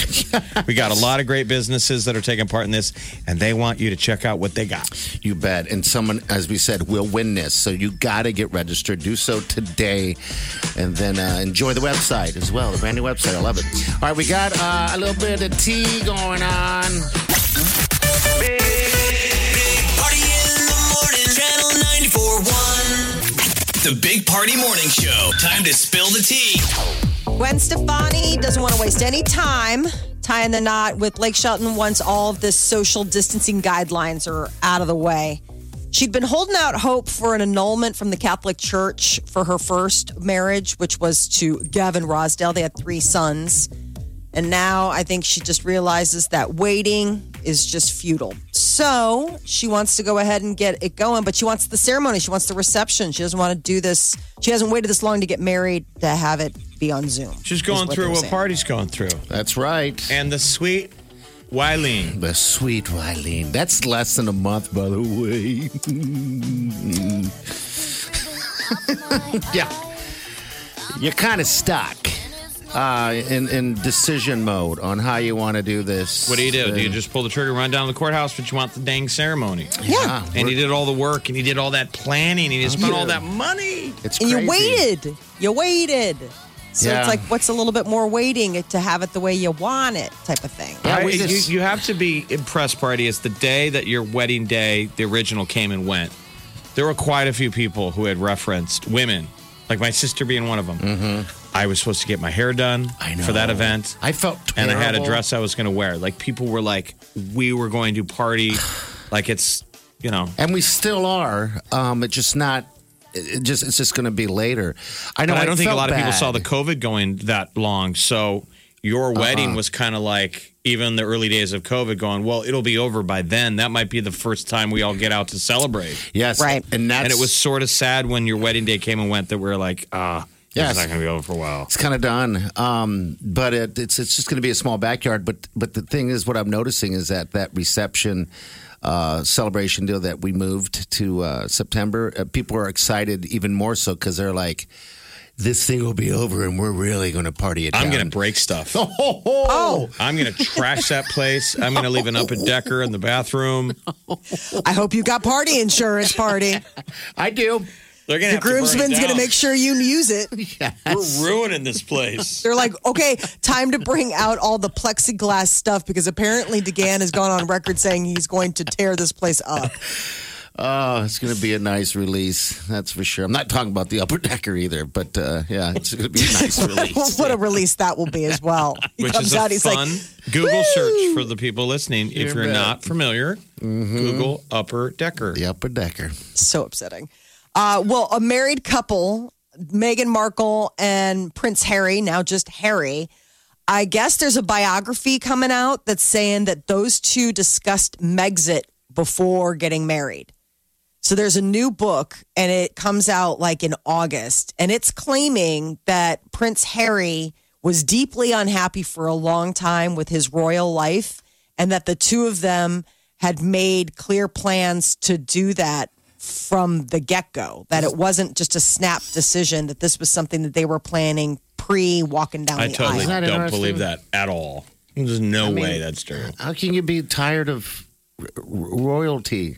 [SPEAKER 5] we got a lot of great businesses that are taking part in this, and they want you to check out what they got.
[SPEAKER 6] You bet. And someone, as we said, will win this. So you got to get registered. Do so today. And then uh, enjoy the website as well. The brand new website. I love it. All right, we got uh, a little bit of tea going on.
[SPEAKER 7] Channel 94.1. The Big Party Morning Show. Time to spill the tea.
[SPEAKER 4] Gwen Stefani doesn't want to waste any time tying the knot with Blake Shelton once all of the social distancing guidelines are out of the way. She'd been holding out hope for an annulment from the Catholic Church for her first marriage, which was to Gavin Rosdale. They had three sons. And now I think she just realizes that waiting is just futile. So she wants to go ahead and get it going, but she wants the ceremony. She wants the reception. She doesn't want to do this. She hasn't waited this long to get married to have it be on Zoom.
[SPEAKER 5] She's
[SPEAKER 4] is
[SPEAKER 5] going
[SPEAKER 4] what
[SPEAKER 5] through
[SPEAKER 4] they're
[SPEAKER 5] what
[SPEAKER 4] saying.
[SPEAKER 5] party's going through.
[SPEAKER 6] That's right.
[SPEAKER 5] And the sweet Wileen.
[SPEAKER 6] The sweet Wileen. That's less than a month, by the way. yeah. You're kind of stuck. uh, in, in decision mode on how you want to do this.
[SPEAKER 5] What do you do?
[SPEAKER 6] Uh,
[SPEAKER 5] Do you just pull the trigger, run down to the courthouse, but you want the dang ceremony?
[SPEAKER 6] Yeah.
[SPEAKER 5] And he did all the work, and he did all that planning, and he spent all that money.
[SPEAKER 6] It's
[SPEAKER 4] and you waited. You waited. So
[SPEAKER 5] Yeah.
[SPEAKER 4] it's like, what's a little bit more waiting to have it the way you want it, type of thing.
[SPEAKER 5] I- you, you have to be impressed, party. It's the day that your wedding day, the original, came and went. There were quite a few people who had referenced women, like my sister being one of them. I was supposed to get my hair done for that event.
[SPEAKER 6] I felt
[SPEAKER 5] and I had a
[SPEAKER 6] terrible.
[SPEAKER 5] dress I was going to wear. Like people were like, we were going to party, like it's you know.
[SPEAKER 6] And we still are. Um, it's just not. It it just it's just going to be later. I know.
[SPEAKER 5] But I don't think a
[SPEAKER 6] felt
[SPEAKER 5] lot of people
[SPEAKER 6] bad.
[SPEAKER 5] saw the COVID going that long. So your wedding was kind of like even the early days of COVID going, well, it'll be over by then. That might be the first time we all get out to celebrate.
[SPEAKER 6] Yes. Right. And that's-
[SPEAKER 5] and it was sort of sad when your wedding day came and went that we are like, ah,
[SPEAKER 6] Yes.
[SPEAKER 5] it's not going to be over for a while.
[SPEAKER 6] It's kind of done, um, but it, it's it's just going to be a small backyard. But but the thing is, what I'm noticing is that that reception uh, celebration deal that we moved to uh, September, uh, people are excited even more so because they're like, this thing will be over and we're really going to party it.
[SPEAKER 5] I'm
[SPEAKER 6] down.
[SPEAKER 5] going to break stuff.
[SPEAKER 6] Oh.
[SPEAKER 5] I'm going to trash that place. I'm going to leave an upper decker in the bathroom.
[SPEAKER 4] I hope you got party insurance, party.
[SPEAKER 6] I do.
[SPEAKER 5] They're
[SPEAKER 4] The
[SPEAKER 5] going to
[SPEAKER 4] groomsman's going to make sure you use it.
[SPEAKER 5] We're ruining this place.
[SPEAKER 4] They're like, okay, time to bring out all the plexiglass stuff because apparently DeGan has gone on record saying he's going to tear this place up.
[SPEAKER 6] Oh, it's going to be a nice release. That's for sure. I'm not talking about the upper decker either, but uh, yeah, it's going to be a nice release.
[SPEAKER 4] what a release that will be as well. He
[SPEAKER 5] Which
[SPEAKER 4] comes
[SPEAKER 5] is a
[SPEAKER 4] out, he's
[SPEAKER 5] fun
[SPEAKER 4] like,
[SPEAKER 5] Google search for the people listening. if
[SPEAKER 4] You
[SPEAKER 5] you're
[SPEAKER 4] bet.
[SPEAKER 5] not familiar,
[SPEAKER 4] Mm-hmm.
[SPEAKER 5] Google Upper Decker. The
[SPEAKER 6] Upper Decker.
[SPEAKER 4] so upsetting. Uh, well, a married couple, Meghan Markle and Prince Harry, now just Harry. I guess there's a biography coming out that's saying that those two discussed Megxit before getting married. So there's a new book and it comes out like in August and it's claiming that Prince Harry was deeply unhappy for a long time with his royal life and that the two of them had made clear plans to do that from the get-go that it wasn't just a snap decision that this was something that they were planning pre walking down
[SPEAKER 5] I
[SPEAKER 4] the
[SPEAKER 5] totally
[SPEAKER 4] aisle.
[SPEAKER 5] don't believe that at all. There's no
[SPEAKER 6] I mean,
[SPEAKER 5] way that's true.
[SPEAKER 6] How can you be tired of r- r- royalty?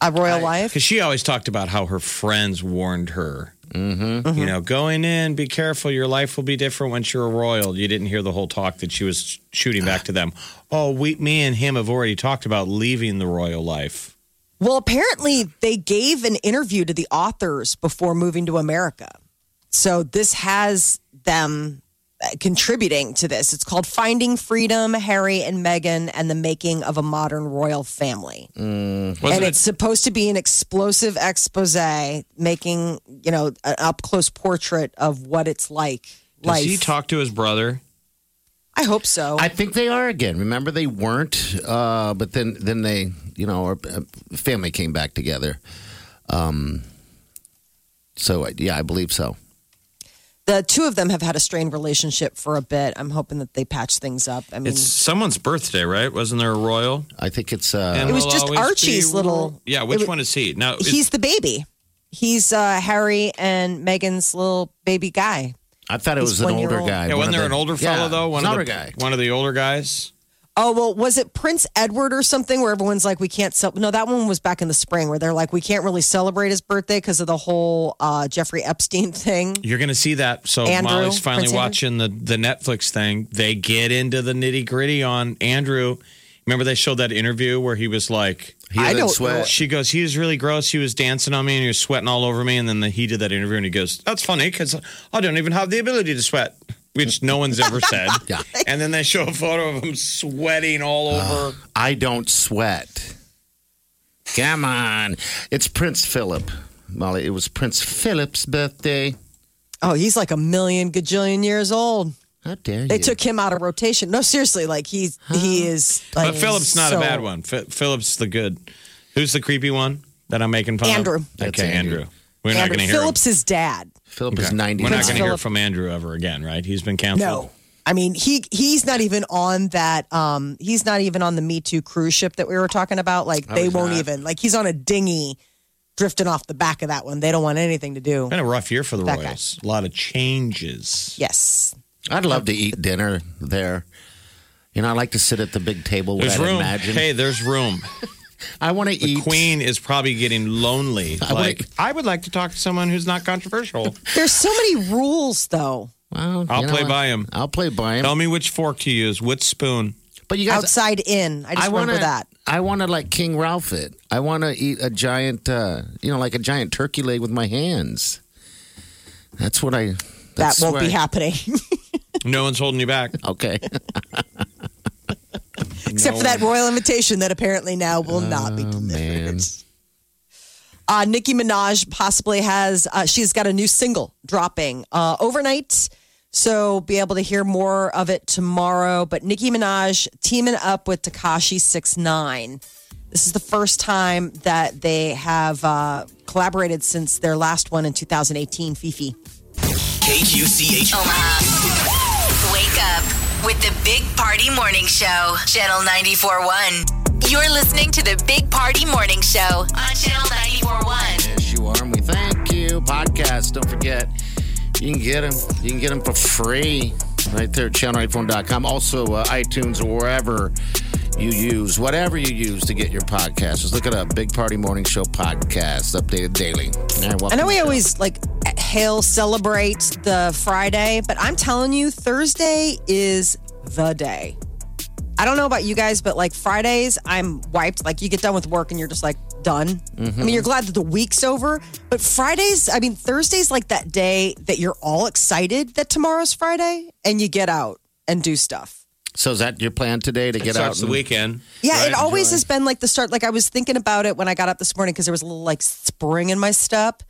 [SPEAKER 4] A royal life?
[SPEAKER 5] Because she always talked about how her friends warned her.
[SPEAKER 4] Mm-hmm.
[SPEAKER 5] You know, going in, be careful. Your life will be different once you're a royal. You didn't hear the whole talk that she was shooting back to them. Oh, we, me and him have already talked about leaving the royal life.
[SPEAKER 4] Well, apparently they gave an interview to the authors before moving to America. So this has them uh, contributing to this. It's called Finding Freedom, Harry and Meghan and the Making of a Modern Royal Family.
[SPEAKER 5] Mm-hmm.
[SPEAKER 4] and it's supposed to be an explosive expose making, you know, an up close portrait of what it's like.
[SPEAKER 5] Does
[SPEAKER 4] Life.
[SPEAKER 5] he talk to his brother?
[SPEAKER 4] I hope so.
[SPEAKER 6] I think they are again. Remember, they weren't, uh, but then then they, you know, our uh, family came back together. Um, so I- yeah, I believe so.
[SPEAKER 4] the two of them have had a strained relationship for a bit. I'm hoping that they patch things up. I mean,
[SPEAKER 5] It's someone's birthday, right? Wasn't there a royal?
[SPEAKER 6] I think it's. Uh,
[SPEAKER 4] It was just Archie's little-
[SPEAKER 5] Yeah,
[SPEAKER 4] it
[SPEAKER 5] which
[SPEAKER 4] wa-
[SPEAKER 5] one is he? Now, is-
[SPEAKER 4] he's the baby. He's uh, Harry and Megan's little baby guy.
[SPEAKER 6] I thought it
[SPEAKER 4] He's
[SPEAKER 6] was an
[SPEAKER 4] one year
[SPEAKER 6] older
[SPEAKER 4] old.
[SPEAKER 6] guy.
[SPEAKER 5] yeah,
[SPEAKER 6] one
[SPEAKER 5] wasn't
[SPEAKER 6] of
[SPEAKER 5] there
[SPEAKER 6] the-
[SPEAKER 5] an older fellow
[SPEAKER 6] yeah,
[SPEAKER 5] though? One
[SPEAKER 6] it's
[SPEAKER 5] of
[SPEAKER 6] an
[SPEAKER 5] the
[SPEAKER 6] older guy.
[SPEAKER 5] One of the older guys.
[SPEAKER 4] Oh well, was it Prince Edward or something where everyone's like, we can't cel-? No, that one was back in the spring where they're like, we can't really celebrate his birthday because of the whole uh, Jeffrey Epstein thing.
[SPEAKER 5] You're going to see that. So
[SPEAKER 4] Andrew,
[SPEAKER 5] Molly's finally
[SPEAKER 4] Prince Andrew?
[SPEAKER 5] watching the, the Netflix thing. They get into the nitty gritty on Andrew. Remember they showed that interview where he was like,
[SPEAKER 6] He I didn't don't sweat. know.
[SPEAKER 5] She goes, he was really gross. He was dancing on me and he was sweating all over me. And then the, he did that interview and he goes, that's funny because I don't even have the ability to sweat, which no one's ever said. And then they show a photo of him sweating all
[SPEAKER 4] Oh,
[SPEAKER 5] over.
[SPEAKER 6] I don't sweat. Come on, it's Prince Philip, Molly. It was Prince Philip's birthday.
[SPEAKER 4] Oh, he's like a million gajillion years old.
[SPEAKER 6] How dare
[SPEAKER 4] They
[SPEAKER 6] you.
[SPEAKER 4] took him out of rotation. No, seriously, like he's he is. Like,
[SPEAKER 5] but Philip's not
[SPEAKER 4] so-
[SPEAKER 5] a bad one. F- Philip's the good. Who's the creepy one that I'm making fun
[SPEAKER 4] Andrew.
[SPEAKER 5] of?
[SPEAKER 4] That's
[SPEAKER 5] Okay, Andrew. We're not
[SPEAKER 4] Andrew-
[SPEAKER 5] going to hear him.
[SPEAKER 4] Phillips' his dad.
[SPEAKER 6] Philip
[SPEAKER 5] is 90. We're not
[SPEAKER 4] Prince
[SPEAKER 5] going to hear
[SPEAKER 4] Philip.
[SPEAKER 5] from Andrew ever again, right? He's been canceled.
[SPEAKER 4] No. I mean, he he's not even on that. Um, he's not even on the Me Too cruise ship that we were talking about. Like
[SPEAKER 5] Oh,
[SPEAKER 4] they
[SPEAKER 5] he's
[SPEAKER 4] won't
[SPEAKER 5] not.
[SPEAKER 4] even like he's on a dinghy drifting off the back of that one. They don't want anything to do.
[SPEAKER 5] Been a rough year for the
[SPEAKER 4] That guy.
[SPEAKER 5] Royals. A lot of changes.
[SPEAKER 4] Yes.
[SPEAKER 6] I'd love to eat dinner there. You know, I like to sit at the big table. where
[SPEAKER 5] There's
[SPEAKER 6] I'd
[SPEAKER 5] room.
[SPEAKER 6] Imagine.
[SPEAKER 5] Hey, there's room.
[SPEAKER 6] I want to
[SPEAKER 5] The
[SPEAKER 6] eat.
[SPEAKER 5] queen is probably getting lonely.
[SPEAKER 6] I wanna-
[SPEAKER 5] like, I would like to talk to someone who's not controversial.
[SPEAKER 4] There's so many rules, though.
[SPEAKER 6] Well,
[SPEAKER 5] I'll
[SPEAKER 6] you know
[SPEAKER 5] play
[SPEAKER 6] what?
[SPEAKER 5] by him.
[SPEAKER 6] I'll play by him.
[SPEAKER 5] Tell me which fork to use, which spoon.
[SPEAKER 6] But you guys,
[SPEAKER 4] Outside in. I just remember
[SPEAKER 6] wanna,
[SPEAKER 4] that.
[SPEAKER 6] I want to like King Ralph it. I want to eat a giant, uh, you know, like a giant turkey leg with my hands. That's what I.
[SPEAKER 4] That
[SPEAKER 6] that's
[SPEAKER 4] won't be
[SPEAKER 6] where I-
[SPEAKER 4] happening.
[SPEAKER 5] No one's holding you back.
[SPEAKER 6] Okay.
[SPEAKER 4] Except for that royal invitation that apparently now will not be
[SPEAKER 6] Man.
[SPEAKER 4] Uh, Nicki Minaj possibly has, uh, she's got a new single dropping uh, overnight. So be able to hear more of it tomorrow. But Nicki Minaj teaming up with Takashi Six Nine. This is the first time that they have uh, collaborated since their last one in 2018, Fifi.
[SPEAKER 7] KQCH.
[SPEAKER 2] Omaha. Wake up with the Big Party Morning Show, Channel 94.1. You're listening to the Big Party Morning Show on Channel 94.1.
[SPEAKER 6] Yes, you are, and we thank you. Podcast, don't forget, you can get them. You can get them for free right there at channel8phone.com. Also, uh, iTunes or wherever you use, whatever you use to get your podcast. Just look it up. Big Party Morning Show podcast, updated daily. All right,
[SPEAKER 4] I know
[SPEAKER 6] welcome
[SPEAKER 4] we
[SPEAKER 6] to-
[SPEAKER 4] always like hail celebrate the Friday, but I'm telling you, Thursday is the day. I don't know about you guys, but like Fridays, I'm wiped. Like you get done with work and you're just like done. I mean, you're glad that the week's over, but Fridays, I mean, Thursday's like that day that you're all excited that tomorrow's Friday and you get out and do stuff.
[SPEAKER 6] So is that your plan today to get out?
[SPEAKER 5] Starts the weekend.
[SPEAKER 4] Yeah,
[SPEAKER 5] right?
[SPEAKER 4] it always has been like the start. Like I was thinking about it when I got up this morning because there was a little like spring in my step,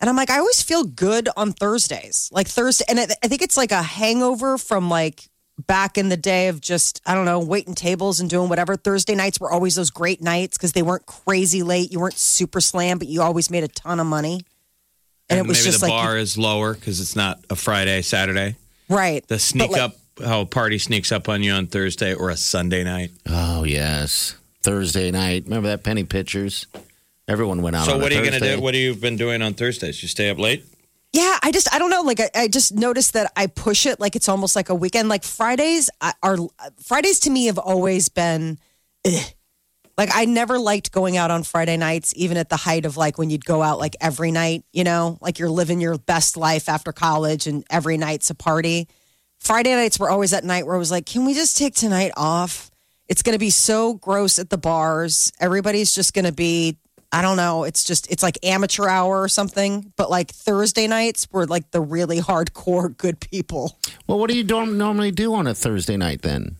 [SPEAKER 4] and I'm like, I always feel good on Thursdays. Like Thursday, and I, I think it's like a hangover from like back in the day of just I don't know waiting tables and doing whatever. Thursday nights were always those great nights because they weren't crazy late, you weren't super slammed, but you always made a ton of money, and, it was
[SPEAKER 5] maybe
[SPEAKER 4] just
[SPEAKER 5] the
[SPEAKER 4] like
[SPEAKER 5] bar is lower because it's not a Friday, Saturday.
[SPEAKER 4] right
[SPEAKER 5] The sneak
[SPEAKER 4] like-
[SPEAKER 5] up, how a party sneaks up on you on Thursday or a Sunday night.
[SPEAKER 6] Oh yes, Thursday night. Remember that penny pictures? Everyone went out.
[SPEAKER 5] so
[SPEAKER 6] on a
[SPEAKER 5] what are you going to
[SPEAKER 6] Thursday.
[SPEAKER 5] do? What have you been doing on Thursdays? You stay up late?
[SPEAKER 4] Yeah, I just I don't know. Like I, I just noticed that I push it like it's almost like a weekend. Like Fridays I- are Fridays to me have always been. Ugh. Like I never liked going out on Friday nights, even at the height of like when you'd go out like every night. You know, like you're living your best life after college, and every night's a party. Friday nights were always that night where I was like, can we just take tonight off? It's going to be so gross at the bars. Everybody's just going to be, I don't know, it's just, it's like amateur hour or something. But like Thursday nights were like the really hardcore good people.
[SPEAKER 6] Well, what do you don't normally do on a Thursday night then?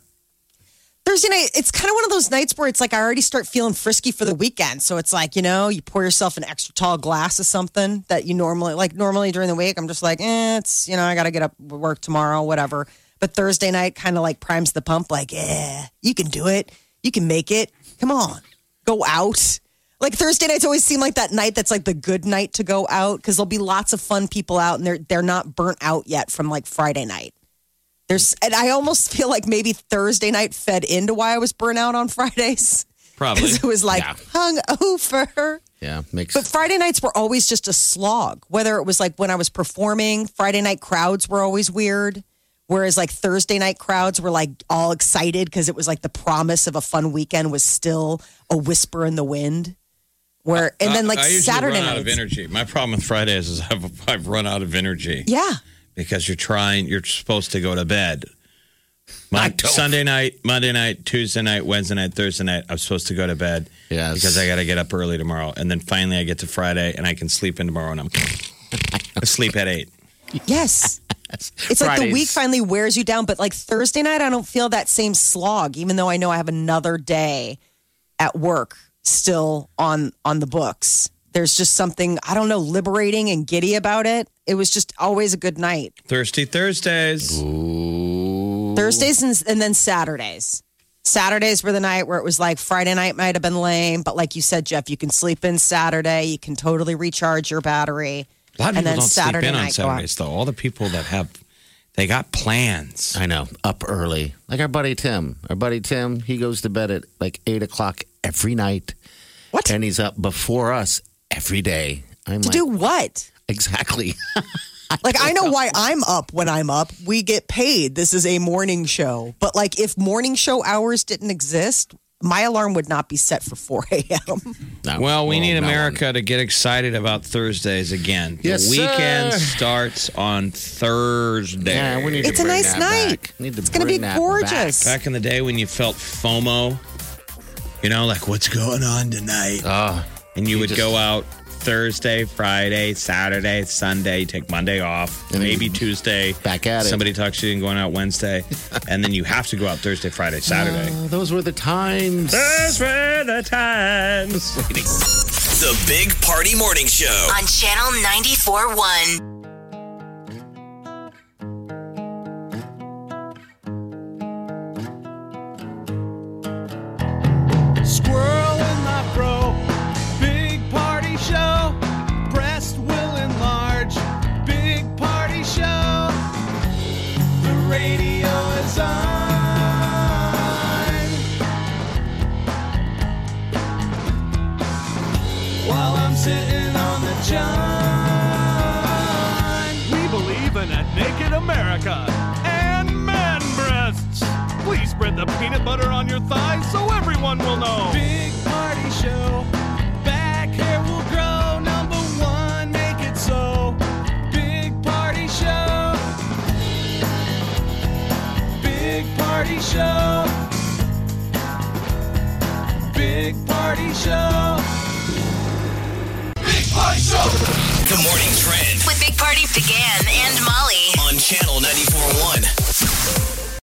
[SPEAKER 4] Thursday night, it's kind of one of those nights where it's like I already start feeling frisky for the weekend. So it's like, you know, you pour yourself an extra tall glass of something that you normally, like normally during the week, I'm just like, eh, it's, you know, I got to get up work tomorrow, whatever. But Thursday night kind of like primes the pump, like, yeah, you can do it. You can make it. Come on, go out. Like Thursday nights always seem like that night that's like the good night to go out because there'll be lots of fun people out and they're they're not burnt out yet from like Friday night. There's, and I almost feel like maybe Thursday night fed into why I was burnt out on Fridays
[SPEAKER 5] Probably.
[SPEAKER 4] because it was like
[SPEAKER 6] Yeah.
[SPEAKER 4] hung over.
[SPEAKER 6] Yeah, makes.
[SPEAKER 4] But Friday nights were always just a slog. Whether it was like when I was performing, Friday night crowds were always weird. Whereas like Thursday night crowds were like all excited because it was like the promise of a fun weekend was still a whisper in the wind. Where and then like
[SPEAKER 5] I, I usually
[SPEAKER 4] Saturday
[SPEAKER 5] run out of
[SPEAKER 4] nights,
[SPEAKER 5] energy. My problem with Fridays is I've, I've run out of energy
[SPEAKER 4] yeah,
[SPEAKER 5] because you're trying. You're supposed to go to bed. My,
[SPEAKER 6] don't.
[SPEAKER 5] Sunday night, Monday night, Tuesday night, Wednesday night, Thursday night. I'm supposed to go to bed
[SPEAKER 6] Yes.
[SPEAKER 5] because I got to get up early tomorrow, and then finally I get to Friday and I can sleep in tomorrow, and I'm asleep at eight.
[SPEAKER 4] yes. It's like the week finally wears you down, but like Thursday night, I don't feel that same slog, even though I know I have another day at work still on on the books. There's just something I don't know, liberating and giddy about it. It was just always a good night.
[SPEAKER 5] Thirsty Thursdays.
[SPEAKER 4] Thursdays and, and then Saturdays. Saturdays were the night where it was like Friday night might have been lame, but like you said, Jeff, you can sleep in Saturday. You can totally recharge your battery.
[SPEAKER 5] A lot of
[SPEAKER 4] and
[SPEAKER 5] people
[SPEAKER 4] then
[SPEAKER 5] don't
[SPEAKER 4] Saturday
[SPEAKER 5] sleep in on
[SPEAKER 4] night go out.
[SPEAKER 5] Saturdays, though. All the people that have, they got plans.
[SPEAKER 6] I know, up early. Like our buddy Tim. Our buddy Tim, he goes to bed at like eight o'clock every night.
[SPEAKER 4] What?
[SPEAKER 6] And he's up before us every day. I'm
[SPEAKER 4] To
[SPEAKER 6] like,
[SPEAKER 4] do what?
[SPEAKER 6] Exactly.
[SPEAKER 4] Like I know why I'm up when I'm up. We get paid. This is a morning show. But like if morning show hours didn't exist, my alarm would not be set for 4 a.m.
[SPEAKER 5] well, we need America to get excited about Thursdays again.
[SPEAKER 4] Yes,
[SPEAKER 5] the weekend
[SPEAKER 4] sir.
[SPEAKER 5] starts on Thursday.
[SPEAKER 6] Yeah, we need to It's a bring nice that night. back. Need to It's gonna bring be that gorgeous.
[SPEAKER 5] Back.
[SPEAKER 6] back.
[SPEAKER 5] in the day when you felt FOMO, you know, like what's going on tonight? and Uh, you, would go out Thursday, Friday, Saturday, Sunday, take Monday off,
[SPEAKER 6] And then
[SPEAKER 5] maybe
[SPEAKER 6] you-
[SPEAKER 5] Tuesday.
[SPEAKER 6] Back at it.
[SPEAKER 5] Somebody talks to you and going out Wednesday, and then you have to go out Thursday, Friday, Saturday.
[SPEAKER 6] Uh, those were the times.
[SPEAKER 5] Those were the times.
[SPEAKER 7] The Big Party Morning Show.
[SPEAKER 2] on Channel 94.1.
[SPEAKER 1] Squirrel in my fro. Big party show. Breast will enlarge. Big party show. The radio is on. While I'm sitting on the john. We believe in a naked America and man breasts. Please spread the peanut butter on your thighs so everyone will know. Big party show. Back hair will grow. Number one, make it so. Big party show. Big party show. Big party show.
[SPEAKER 7] Big Party Show. The Morning Trend
[SPEAKER 2] With Big Party began and Molly.